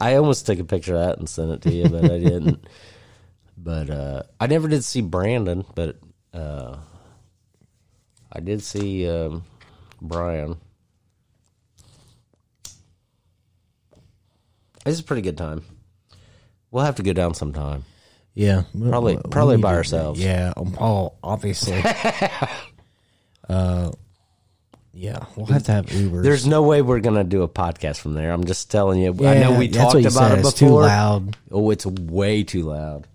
i almost took a picture of that and sent it to you but i didn't [LAUGHS] but uh i never did see brandon but uh i did see um brian This is a pretty good time. We'll have to go down sometime.
yeah, We-
Probably-
we- we
probably
need
by
to-
ourselves. [LAUGHS]
Yeah, um, oh, obviously. uh, Yeah, we'll have to have Ubers.
There's no way we're gonna do a podcast from there. I'm just telling you. I know
Yeah,
we
that's
talked
what you
about
said.
it before.
It's too loud.
Oh, it's way too loud.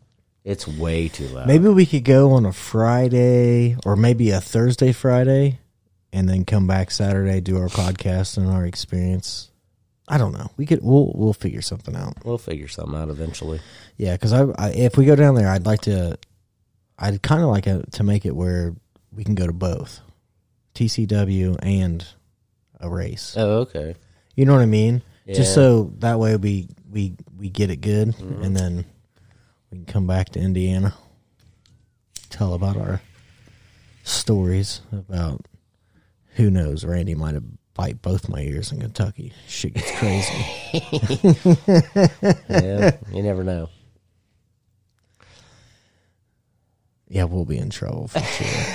It's way too loud.
Maybe we could go on a Friday or maybe a Thursday, Friday, and then come back Saturday, do our podcast and our experience. I don't know. We could we'll we'll figure something out.
We'll figure something out eventually.
Yeah, because I, I if we go down there, I'd like to. I'd kind of like a, to make it where we can go to both TCW and a race.
Oh, okay.
You know what I mean? Just
Yeah.
so that way we we we get it good, and then we can come back to Indiana, tell about our stories about who knows. Randy might have bite both my ears in Kentucky. Shit gets crazy.
Yeah, [LAUGHS] you never know.
yeah, we'll be in trouble [LAUGHS] for sure.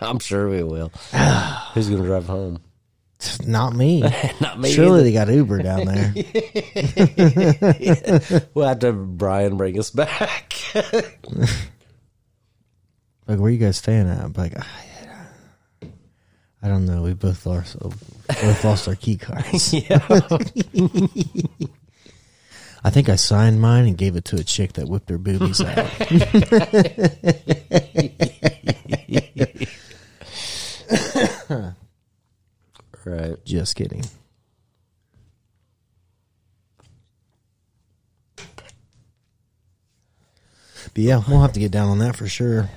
I'm sure we will. [SIGHS] Who's gonna drive home? [LAUGHS]
Not me.
Not me.
Surely
either.
they got Uber
[LAUGHS]
down there.
We'll have to have Brian bring us back. [LAUGHS]
Like, where you guys staying at? I'm like, I, I don't know. We both lost, uh, both lost our key cards.
[LAUGHS] yeah.
[LAUGHS] I think I signed mine and gave it to a chick that whipped her boobies
[LAUGHS]
out.
Right.
Just kidding. But yeah, we'll have to get down on that for sure.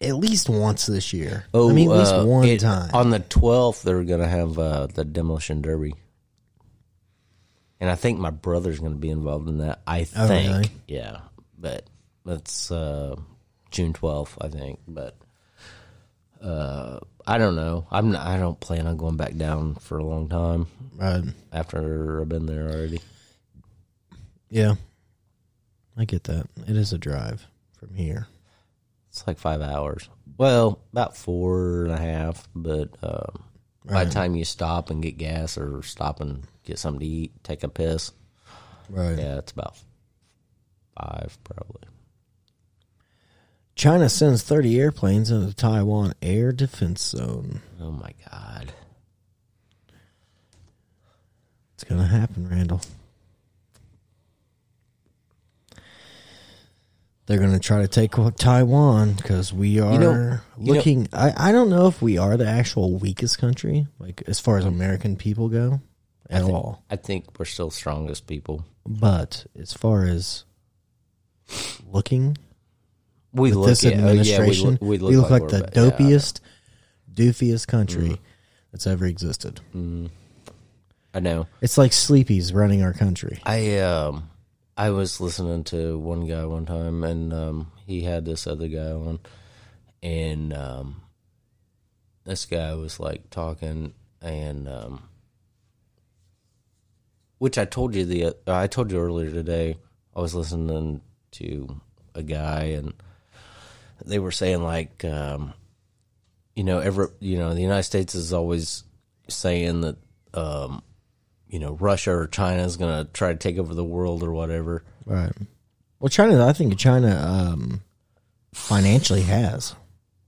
At least once this year. I mean, at least
uh,
one
it-
time.
On the 12th, they're going to have uh, the demolition derby. And I think my brother's going to be involved in that. I
Oh,
think.
really?
Yeah. But that's uh, June 12th, I think. But uh, I don't know. I'm not, I don't plan on going back down for a long time
Right.
after I've been there already.
yeah, I get that. It is a drive from here.
It's like five hours. Well, about four and a half. But um, by the time you stop and get gas or stop and get something to eat, take a piss,
Right.
yeah, it's about five probably.
China sends 30 airplanes into the Taiwan air defense zone.
Oh my god,
It's going to happen, Randall. They're going to try to take o- Taiwan because we are
know- you know-
looking. I, I don't know if we are the actual weakest country, like as far as American people go at all.
I think we're still strongest people.
But as far as looking
We
with
look
this
at- oh,
administration,
yeah, we,
we look like,
we're
the
ba- yeah, I know. Mm-hmm.
dopiest, doofiest country that's ever existed.
I know.
It's like sleepies running our country.
I um I was listening to one guy one time and um he had this other guy on and um this guy was like talking and um which I told you the uh, I told you earlier today I was listening to a guy and they were saying like um you know every you know the United States is always saying that um you know Russia or China is going to try to take over the world or whatever.
Right. Well, China, I think China um, financially has,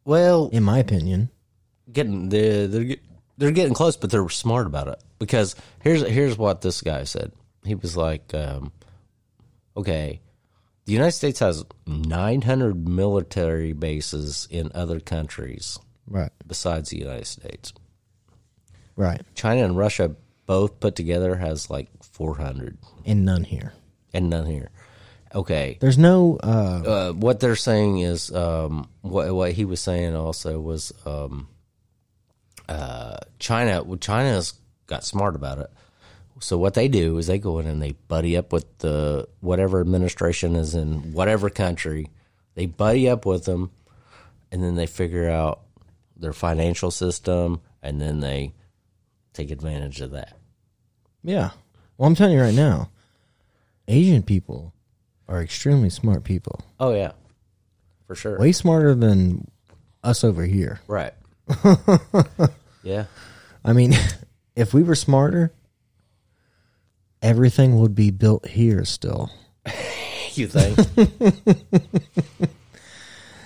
Well,
in my opinion.
getting they're they're, get- they're getting close, but they're smart about it because here's here's what this guy said. He was like, um, "Okay, the United States has 900 military bases in other countries
Right.
besides the United States.
Right.
China and Russia both put together has like 400,
And none here.
and none here. Okay,
There's no. Uh,
uh, what they're saying is um, what what he was saying also was um, uh, China. well, China's got smart about it. So what they do is they go in and they buddy up with the whatever administration is in whatever country. They buddy up with them, and then they figure out their financial system, and then they take advantage of that.
yeah. Well, I'm telling you right now, Asian people are extremely smart people.
Oh yeah, for sure.
Way smarter than us over here.
Right. yeah.
I mean, [LAUGHS] if we were smarter, everything would be built here still.
you think? [LAUGHS]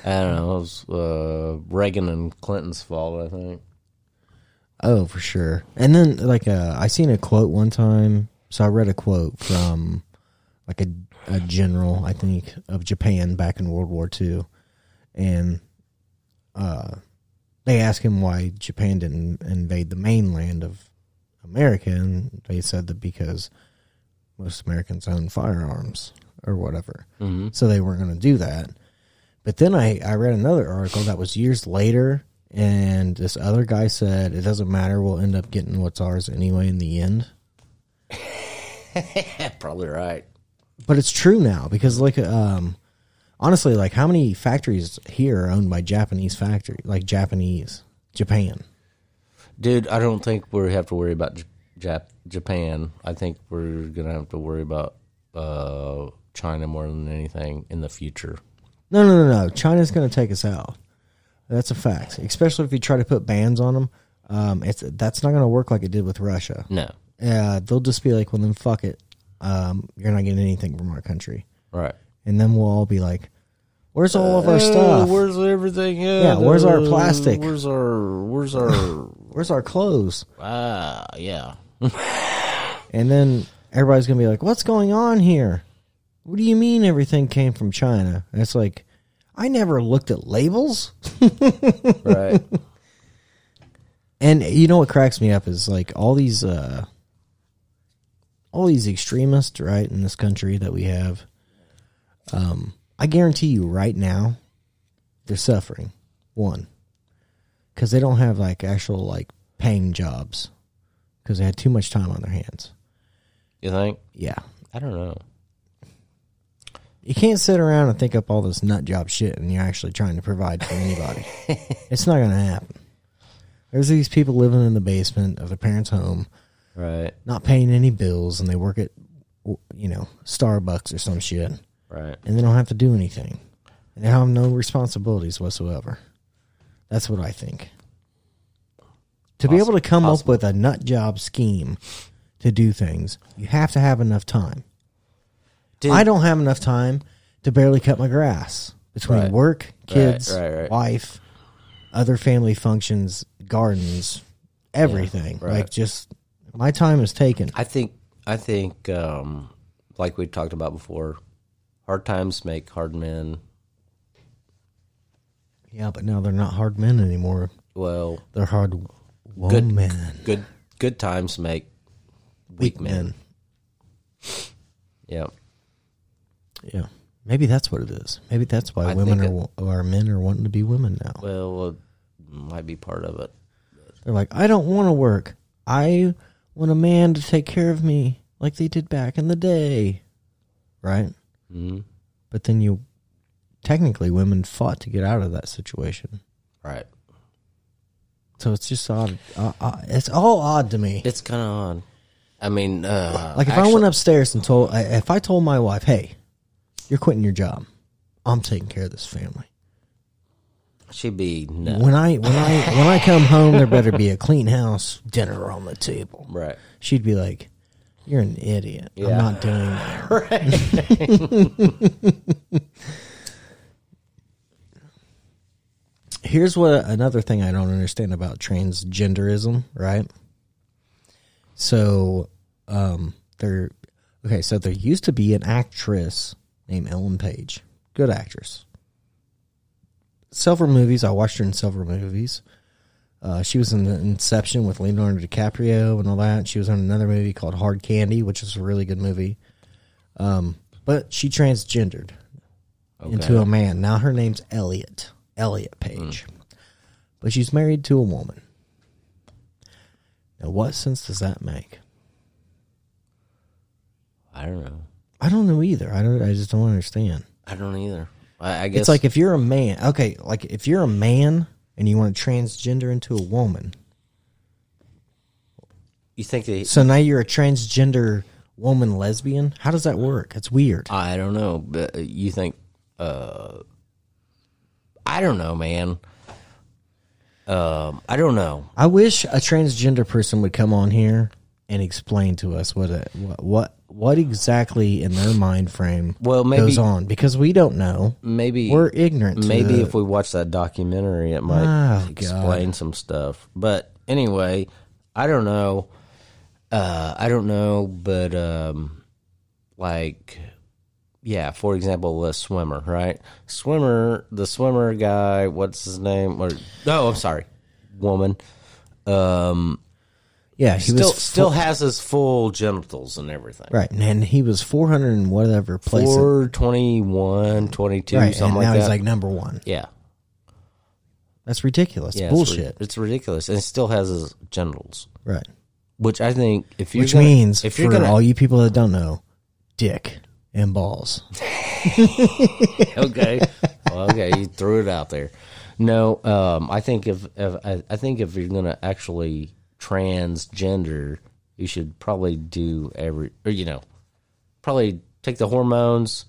I don't know. It was uh, Reagan and Clinton's fault, I think.
Oh, for sure. And then like uh, I seen a quote one time. So I read a quote from like a a general, I think, of Japan back in World War II, and uh, they asked him why Japan didn't invade the mainland of America, and they said that because most Americans own firearms or whatever, so they weren't going to do that. But then I, I read another article that was years later, and this other guy said, It doesn't matter. We'll end up getting what's ours anyway in the end.
Probably right.
But it's true now because, like, um, honestly, like, how many factories here are owned by Japanese factory, like Japanese, Japan?
Dude, I don't think we have to worry about J- Jap- Japan. I think we're going to have to worry about uh, China more than anything in the future.
No, no, no, no. China's going to take us out. That's a fact, especially if you try to put bans on them. Um, it's that's not going to work like it did with Russia.
No.
Uh, they'll just be like, "Well, then fuck it. Um, you're not getting anything from our country."
Right.
and then we'll all be like, "Where's all of our stuff? Where's,
Uh, Where's everything?
Yeah, where's our plastic?
Where's our. Where's our.
our clothes?"
Ah, yeah.
[LAUGHS] And then everybody's gonna be like, "What's going on here? What do you mean everything came from China?" And it's like, I never looked at labels.
[LAUGHS] Right.
And you know what cracks me up is like all these, uh, all these extremists, right, in this country that we have. Um, I guarantee you, right now, they're suffering. One, because they don't have like actual like paying jobs because they had too much time on their hands.
you think?
Yeah,
I don't know.
you can't sit around and think up all this nut job shit and you're actually trying to provide for anybody. it's not gonna happen. There's these people living in the basement of their parents' home.
Right.
not paying any bills and they work at you know Starbucks or some shit
Right.
and they don't have to do anything and they have no responsibilities whatsoever. That's what I think. To be able to come up with a nut job scheme to do things, you have to have enough time.
Dude.
I don't have enough time to barely cut my grass between
Right.
work, kids,
right, right.
wife, other family functions, gardens, everything.
right.
Like just my time is taken.
I think I think um, like we talked about before, hard times make hard men.
Yeah, but now they're not hard men anymore.
Well,
They're hard women.
good good times make
Weak men.
yeah.
Yeah. Maybe that's what it is. Maybe that's why
I
women
think
are wa- or men are wanting to be women now.
Well, it might be part of it.
They're like, I don't want to work. I want a man to take care of me like they did back in the day. Right? Mm-hmm. But then you, technically, women fought to get out of that situation.
Right.
So it's just odd. Uh, uh, it's all odd to me.
It's kind of on. I mean, uh,
Like if I went upstairs and told, I- if I told my wife, "Hey, you're quitting your job. I'm taking care of this family."
she'd be no.
When I when I when I come home, there better be a clean house, dinner on the table.
Right.
She'd be like, "You're an idiot. I'm
Yeah.
not doing that." [LAUGHS] Here's what another thing I don't understand about transgenderism, right? So, um, there. Okay, so there used to be an actress named Ellen Page, good actress. Several movies. I watched her in several movies. Uh, she was in the Inception with Leonardo DiCaprio and all that. She was in another movie called Hard Candy, which is a really good movie. Um, but she transgendered into a man. Now her name's Elliot, Elliot Page. But she's married to a woman. Now, what sense does that make?
I don't know.
I don't know either. I don't. I just don't understand.
I don't either. I, I guess
It's like if you're a man, okay, like if you're a man and you want to transgender into a woman,
you think they.
So now you're a transgender woman lesbian? How does that work? It's weird.
I don't know, but you think. Uh, I don't know, man. Um, I don't know.
I wish a transgender person would come on here and explain to us what a, what, what what exactly in their mind frame
Well, maybe-
goes on because we don't know.
Maybe
We're ignorant. to
Maybe
the-
if we watch that documentary, it might
Oh, God.
explain some stuff. But anyway, I don't know. Uh, I don't know, but um, like, yeah. For example, a swimmer, right? Swimmer, the swimmer guy. What's his name? Or no, I'm sorry, woman. Um,
Yeah, he
still
was
still has his full genitals and everything.
right, and he was four hundred and whatever places.
Four twenty one, twenty two,
right, and
something like
now
that.
he's like number one.
yeah,
That's ridiculous.
yeah, it's ri-
Bullshit.
It's, ridiculous, and still has his genitals.
right.
Which I think, if you're
Which
gonna-
means,
if you're
for
gonna,
all you people that don't know, dick and balls.
okay, well, okay, you threw it out there. No, um, I think if, if I, I think if you're gonna actually transgender, you should probably do every, or you know, probably take the hormones,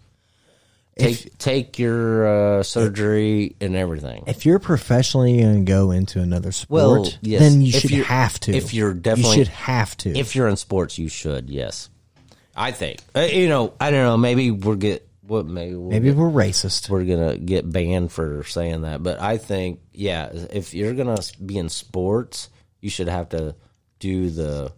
take take your uh, surgery and everything.
If you're professionally going to go into another sport,
Well, yes.
then you
If
should
you're-
have to.
if you're definitely-
you should have to.
If you're in sports, you should. Yes, I think. Uh, you know, I don't know. Maybe we're get what maybe we'll
Maybe
get-
we're racist.
we're gonna get banned for saying that. But I think, yeah, if you're gonna be in sports, you should have to do the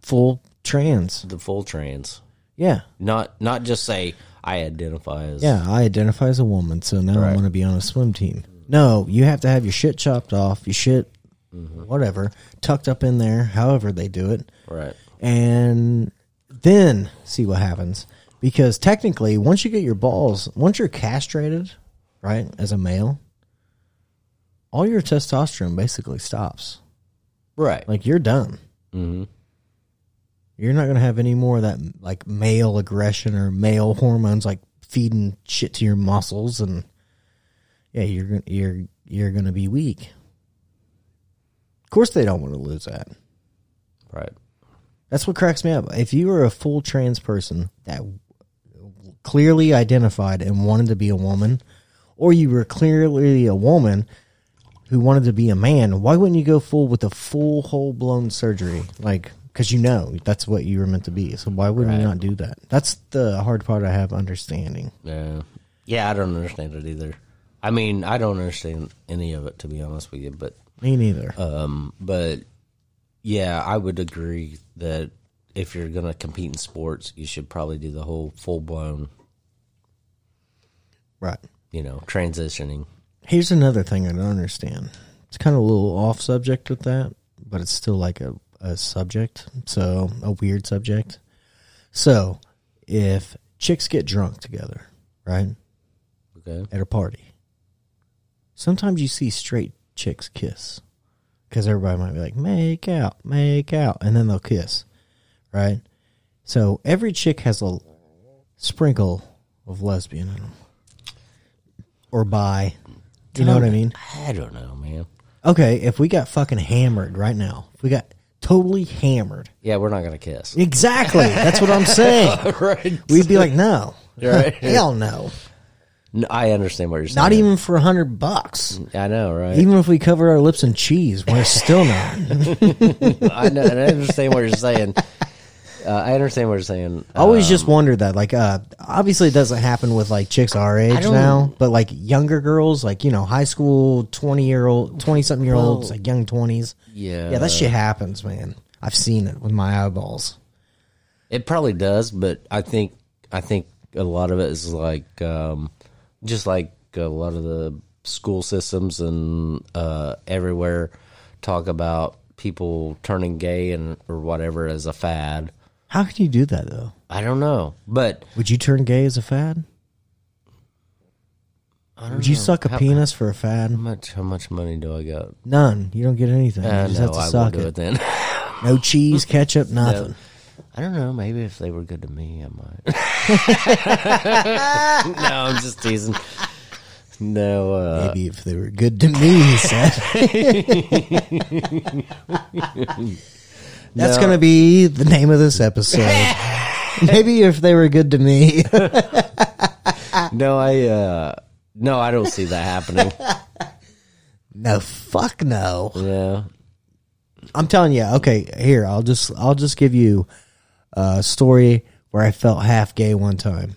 full trans.
the full trans,
Yeah,
not not just say I identify as.
yeah. I identify as a woman, so now I want to be on a swim team. No, you have to have your shit chopped off, your shit,
Mm-hmm.
whatever, tucked up in there. However they do it,
Right.
and then see what happens. Because technically, once you get your balls, once you're castrated, right, as a male, all your testosterone basically stops.
Right.
Like you're done.
Mhm.
You're not gonna have any more of that like male aggression or male hormones like feeding shit to your muscles and yeah, you're gonna you're you're gonna be weak. Of course, they don't want to lose that.
Right.
That's what cracks me up. If you were a full trans person that clearly identified and wanted to be a woman, or you were clearly a woman who wanted to be a man, why wouldn't you go full with a full whole blown surgery? Like, because you know that's what you were meant to be. So why wouldn't you not do that? That's the hard part I have understanding.
Yeah. Yeah, I don't understand it either. I mean, I don't understand any of it to be honest with you, but um,
Me neither.
Uh, but yeah, I would agree that if you're going to compete in sports, you should probably do the whole full blown,
right.
you know, transitioning.
Here's another thing I don't understand. It's kind of a little off subject with that, but it's still like a, a subject. So, a weird subject. So, if chicks get drunk together, right,
Okay.
at a party, sometimes you see straight chicks kiss because everybody might be like, make out, make out, and then they'll kiss, right? So, every chick has a sprinkle of lesbian in them or bi. You know what I mean?
I don't know, man.
Okay, if we got fucking hammered right now, if we got totally hammered.
Yeah, we're not going to
[LAUGHS]
kiss.
Exactly. That's what I'm saying.
[LAUGHS] right.
We'd be like, no.
Right.
Hell no.
[LAUGHS] No, I understand what you're saying.
Not even for a hundred bucks.
I know, right?
Even if we cover our lips in cheese, we're still
[LAUGHS]
not.
I, know, and I understand what
[LAUGHS]
you're saying. Uh, I understand what you're saying. Uh,
I always just wondered that. Like, uh, obviously, it doesn't happen with like chicks our age
don't-
now, but like younger girls, like you know, high school, twenty year old, twenty something year olds,
Well-
like young twenties.
yeah,
Yeah, that shit happens, man. I've seen it with my eyeballs.
It probably does, but I think I think a lot of it is like um, just like a lot of the school systems and uh, everywhere talk about people turning gay and or whatever as a fad.
How can you do that though?
I don't know, but
Would you turn gay as a fad? Would you suck a penis for a fad?
how much how much money do I got?
None. You don't get anything.
Uh,
you just
no,
have to
I
suck
will do
it.
it then. [LAUGHS]
No cheese, ketchup, nothing.
I don't know. Maybe if they were good to me, I [LAUGHS] might. no, I'm just teasing. No, uh,
Maybe if they were good to me, he said. That's going to be the name of this episode.
[LAUGHS]
Maybe if they were good to me. [LAUGHS]
no, I, uh, no, I don't see that [LAUGHS] happening.
no, fuck no.
Yeah.
I'm telling you. Okay, here I'll just I'll just give you a story where I felt half gay one time.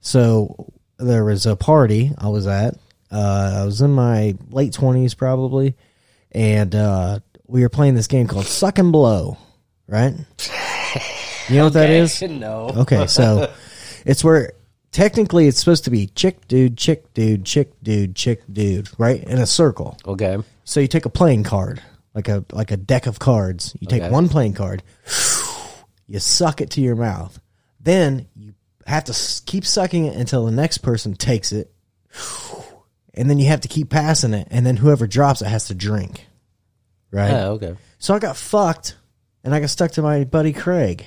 So there was a party I was at. Uh, I was in my late twenties probably, and uh, we were playing this game called Suck and Blow, right? You know what that is?
no.
Okay, so it's where technically it's supposed to be chick dude, chick dude, chick dude, chick dude, right? In a circle.
Okay.
So you take a playing card, like a like a deck of cards. You take
Okay.
one playing card, you suck it to your mouth. Then you have to s- keep sucking it until the next person takes it. And then you have to keep passing it, and then whoever drops it has to drink. Right?
Oh, okay.
So I got fucked, and I got stuck to my buddy Craig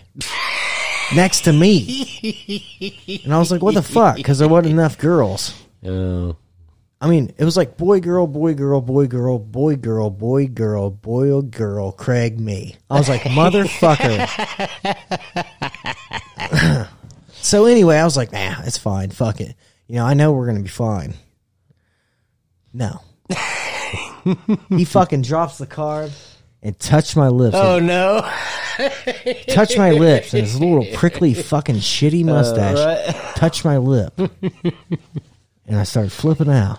next to me,
[LAUGHS]
and I was like, "What the fuck?" Because there wasn't enough girls.
Oh,
I mean, it was like boy, girl, boy, girl, boy, girl, boy, girl, boy, girl, boy, oh, girl, Craig, me. I was like, motherfucker. [LAUGHS] so anyway, I was like, nah, it's fine. Fuck it. You know, I know we're going to be fine. No. he fucking drops the card and touched my lips.
oh no.
Touched my lips and his little prickly fucking shitty mustache touched my lip. and I started flipping out.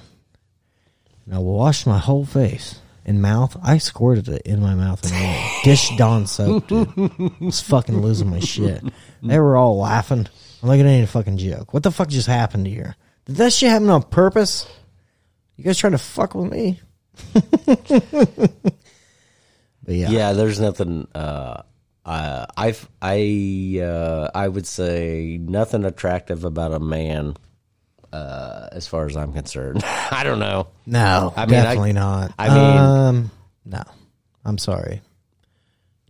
And I washed my whole face and mouth. I squirted it in my mouth and all. Dish Dawn soap, dude. I was fucking losing my shit. They were all laughing. I'm like, it ain't a fucking joke. What the fuck just happened here? Did that shit happen on purpose? You guys trying to fuck with me? [LAUGHS] but yeah.
Yeah, there's nothing. Uh, uh, I've, I, uh, I would say nothing attractive about a man, uh, as far as I'm concerned. [LAUGHS] I don't know.
No,
I mean, I-
definitely not.
I mean-
um, no, I'm sorry.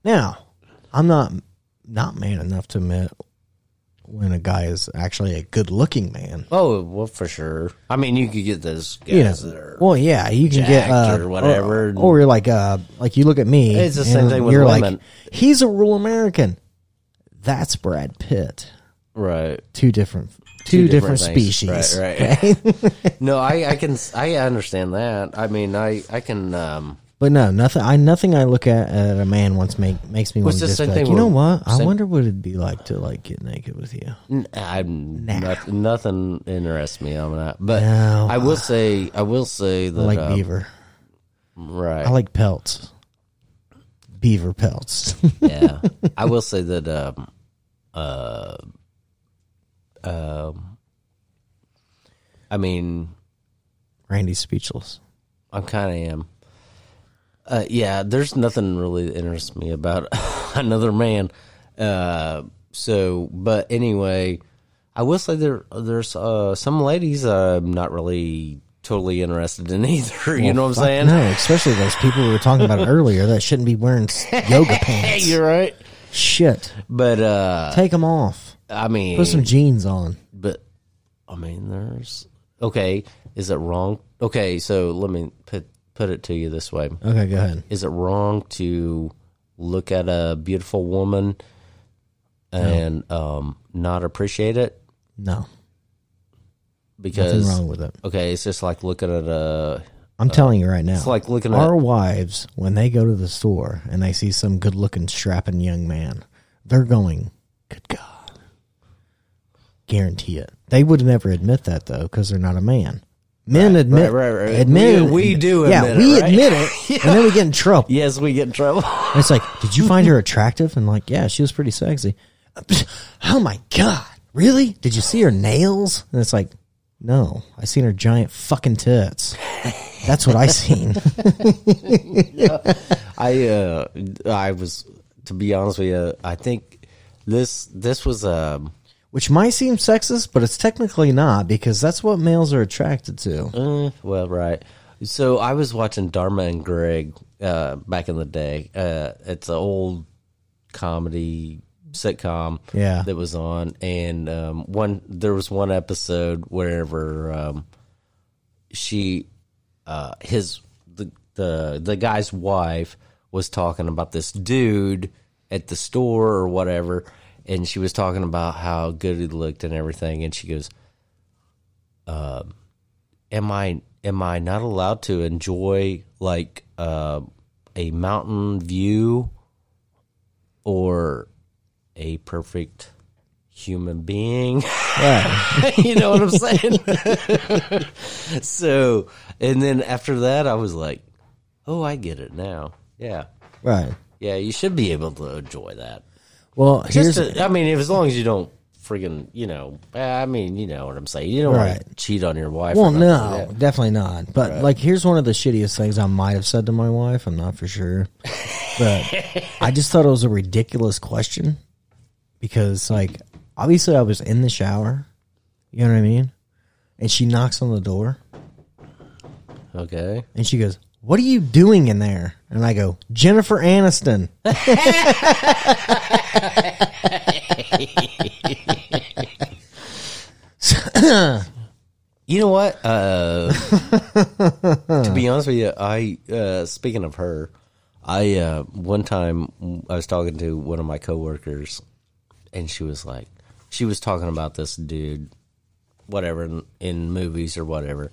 Now, I'm not not man enough to admit when a guy is actually a good looking man.
Oh, well, for sure. I mean, you could get those guys
You know,
that are.
well, yeah, you can get
jacked
uh,
or whatever.
or, or you're like uh, like you look at me.
It's the
and
same thing with
you're Like,
women.
He's a real American. That's Brad Pitt.
right.
Two different, two, different,
things.
species. [LAUGHS]
Right, right. no, I, I can, I understand that. I mean, I, I can. Um,
But no, nothing. I nothing I look at at a man once make makes me want
What's
to
the
just be
same
like,
thing
you know
with-
what? I
same-
wonder what it'd be like to like get naked with you.
N- I'm noth- nothing interests me on that, but
No.
I will say, I will say that
I like
uh,
beaver.
right?
I like pelts. Beaver pelts. [LAUGHS]
yeah, I will say that um, uh, um, I mean,
Randy's speechless.
I kind of am. Uh, yeah, there's nothing really that interests me about [LAUGHS] another man. Uh, so, but anyway, I will say there there's uh, some ladies I'm not really totally interested in [LAUGHS] either. you know what I'm
Fuck
saying?
No, especially those people we were talking
[LAUGHS]
about earlier that shouldn't be wearing s- yoga
Hey,
pants.
[LAUGHS] you're right.
Shit,
But uh,
take them off.
I mean,
Put some jeans on.
but I mean, there's okay. Is it wrong? Okay, so let me put put it to you this way:
Okay, go ahead.
Is it wrong to look at a beautiful woman and um, not appreciate it?
No, nothing
Because
wrong with it.
okay, it's just like looking at a
I'm telling you right now.
Uh, it's like looking at
Our wives, when they go to the store and they see some good looking, strapping young man, they're going, Good God. Guarantee it. They would never admit that, though, because they're not a man. Men admit,
right, right, right.
admit
We- we do
yeah,
admit it,
we
right?
admit it,
[LAUGHS]
and then we get in trouble.
yes, we get in trouble. [LAUGHS]
And It's like, did you find her attractive? And like, yeah, she was pretty sexy. [LAUGHS] Oh my god, really? Did you see her nails? And it's like, no, I seen her giant fucking tits. That's what I seen.
[LAUGHS] I uh, I was to be honest with you, I think this this was um
which might seem sexist, but it's technically not because that's what males are attracted to.
Eh, well, right. So I was watching Dharma and Greg uh, back in the day. Uh, it's an old comedy sitcom
Yeah.
that was on, and um, one there was one episode wherever um, she, uh, his the, the the guy's wife was talking about this dude at the store or whatever, and she was talking about how good he looked and everything, and she goes, am I am I not allowed to enjoy like uh, a mountain view or a perfect human being? [LAUGHS] you know what I'm saying? [LAUGHS] so, and then after that, I was like, oh, I get it now. Yeah.
Right.
Yeah, you should be able to enjoy that.
Well, here's
Just, to- I mean, if, as long as you don't friggin', you know, I mean, you know what I'm saying. You don't want to
Right.
cheat on your wife.
well,
or nothing like
no,
that.
definitely not. But like, here's one of the shittiest things I might have said to my wife. I'm not for sure, but I just thought it was a ridiculous question because, like, obviously I was in the shower. You know what I mean? And she knocks on the door
Okay.
and she goes, "What are you doing in there?" And I go, "Jennifer Aniston."
You know what? Uh, to be honest with you, I uh, speaking of her, I uh, one time I was talking to one of my coworkers, and she was like, she was talking about this dude, whatever in, in movies or whatever,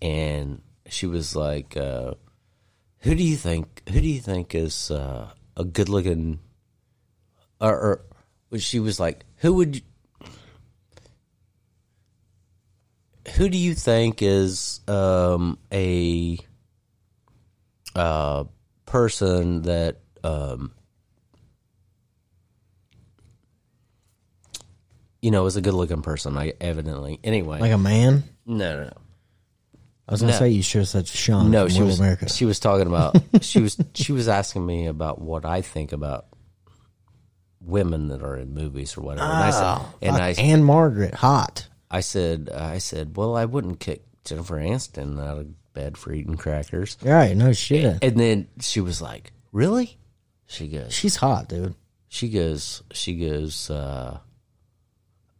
and she was like, uh, "Who do you think? Who do you think is uh, a good looking?" Or, or she was like, "Who would?" you- who do you think is um, a uh, person that um, you know is a good looking person? I evidently anyway.
Like a man.
no, no, no.
I was gonna
No.
say you should have said Sean.
No,
from
she
Little
was
America.
she was talking about she was she was asking me about what I think about women that are in movies or whatever. and I said, and I
Fuck, Anne Margaret, hot.
I said, I said, well, I wouldn't kick Jennifer Aniston out of bed for eating crackers.
Right? No shit.
And then she was like, really? She goes,
She's hot, dude.
she goes, she goes, uh,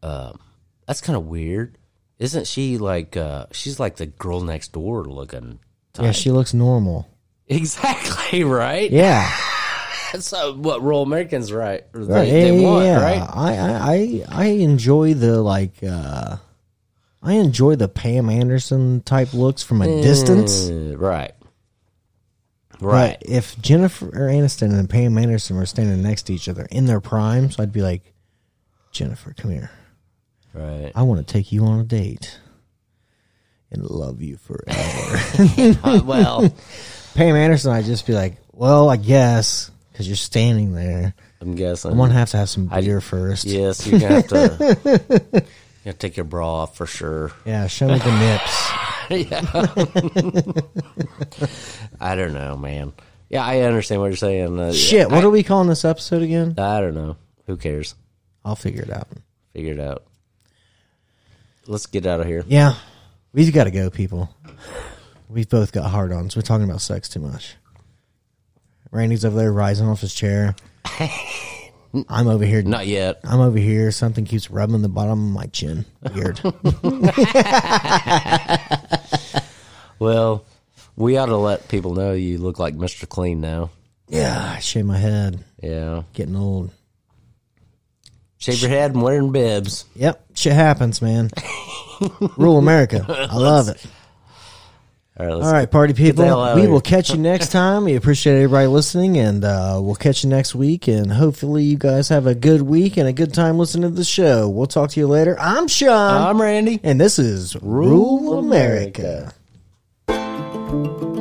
um, that's kind of weird. Isn't she like, uh, she's like the girl next door looking [LAUGHS] type.
Yeah, she looks normal.
exactly right.
Yeah.
That's uh, what rural Americans, right? They,
Right.
they
yeah,
want,
yeah, yeah.
right?
I, I I I enjoy the like uh I enjoy the Pam Anderson type looks from a distance.
Uh, right. Right.
But if Jennifer Aniston and Pam Anderson were standing next to each other in their primes, I'd be like, Jennifer, come here.
Right.
I want to take you on a date and love you forever.
Uh,
[LAUGHS]
well,
Pam Anderson, I'd just be like, well, I guess because you're standing there.
I'm guessing.
I'm gonna have to have some
I-
beer first.
[LAUGHS] Yes, you're gonna have to. you
[LAUGHS]
gotta take your bra off for sure.
yeah, show me the nips.
[LAUGHS] I don't know, man. Yeah, I understand what you're saying. Uh,
Shit, what are we calling this episode again?
I don't know. Who cares?
I'll figure it out.
Figure it out. Let's get out of here.
Yeah, we've got to go, people. We've both got hard ons. We're talking about sex too much. Randy's over there rising off his chair. I'm over here.
Not yet.
I'm over here. Something keeps rubbing the bottom of my chin. Weird.
Well, we ought to let people know you look like Mr. Clean now.
yeah, I shave my head.
Yeah.
Getting old.
Shave your head and wearing bibs.
Yep, shit happens, man. Rule
[LAUGHS]
America. I love it.
All right. Let's
All right, party people.
hell outta
We
here.
will catch you
[LAUGHS]
next time. We appreciate everybody listening, and uh, we'll catch you next week. And hopefully, you guys have a good week and a good time listening to the show. We'll talk to you later. I'm
Um,
Sean,
I'm Randy.
and this is Rule America.
America.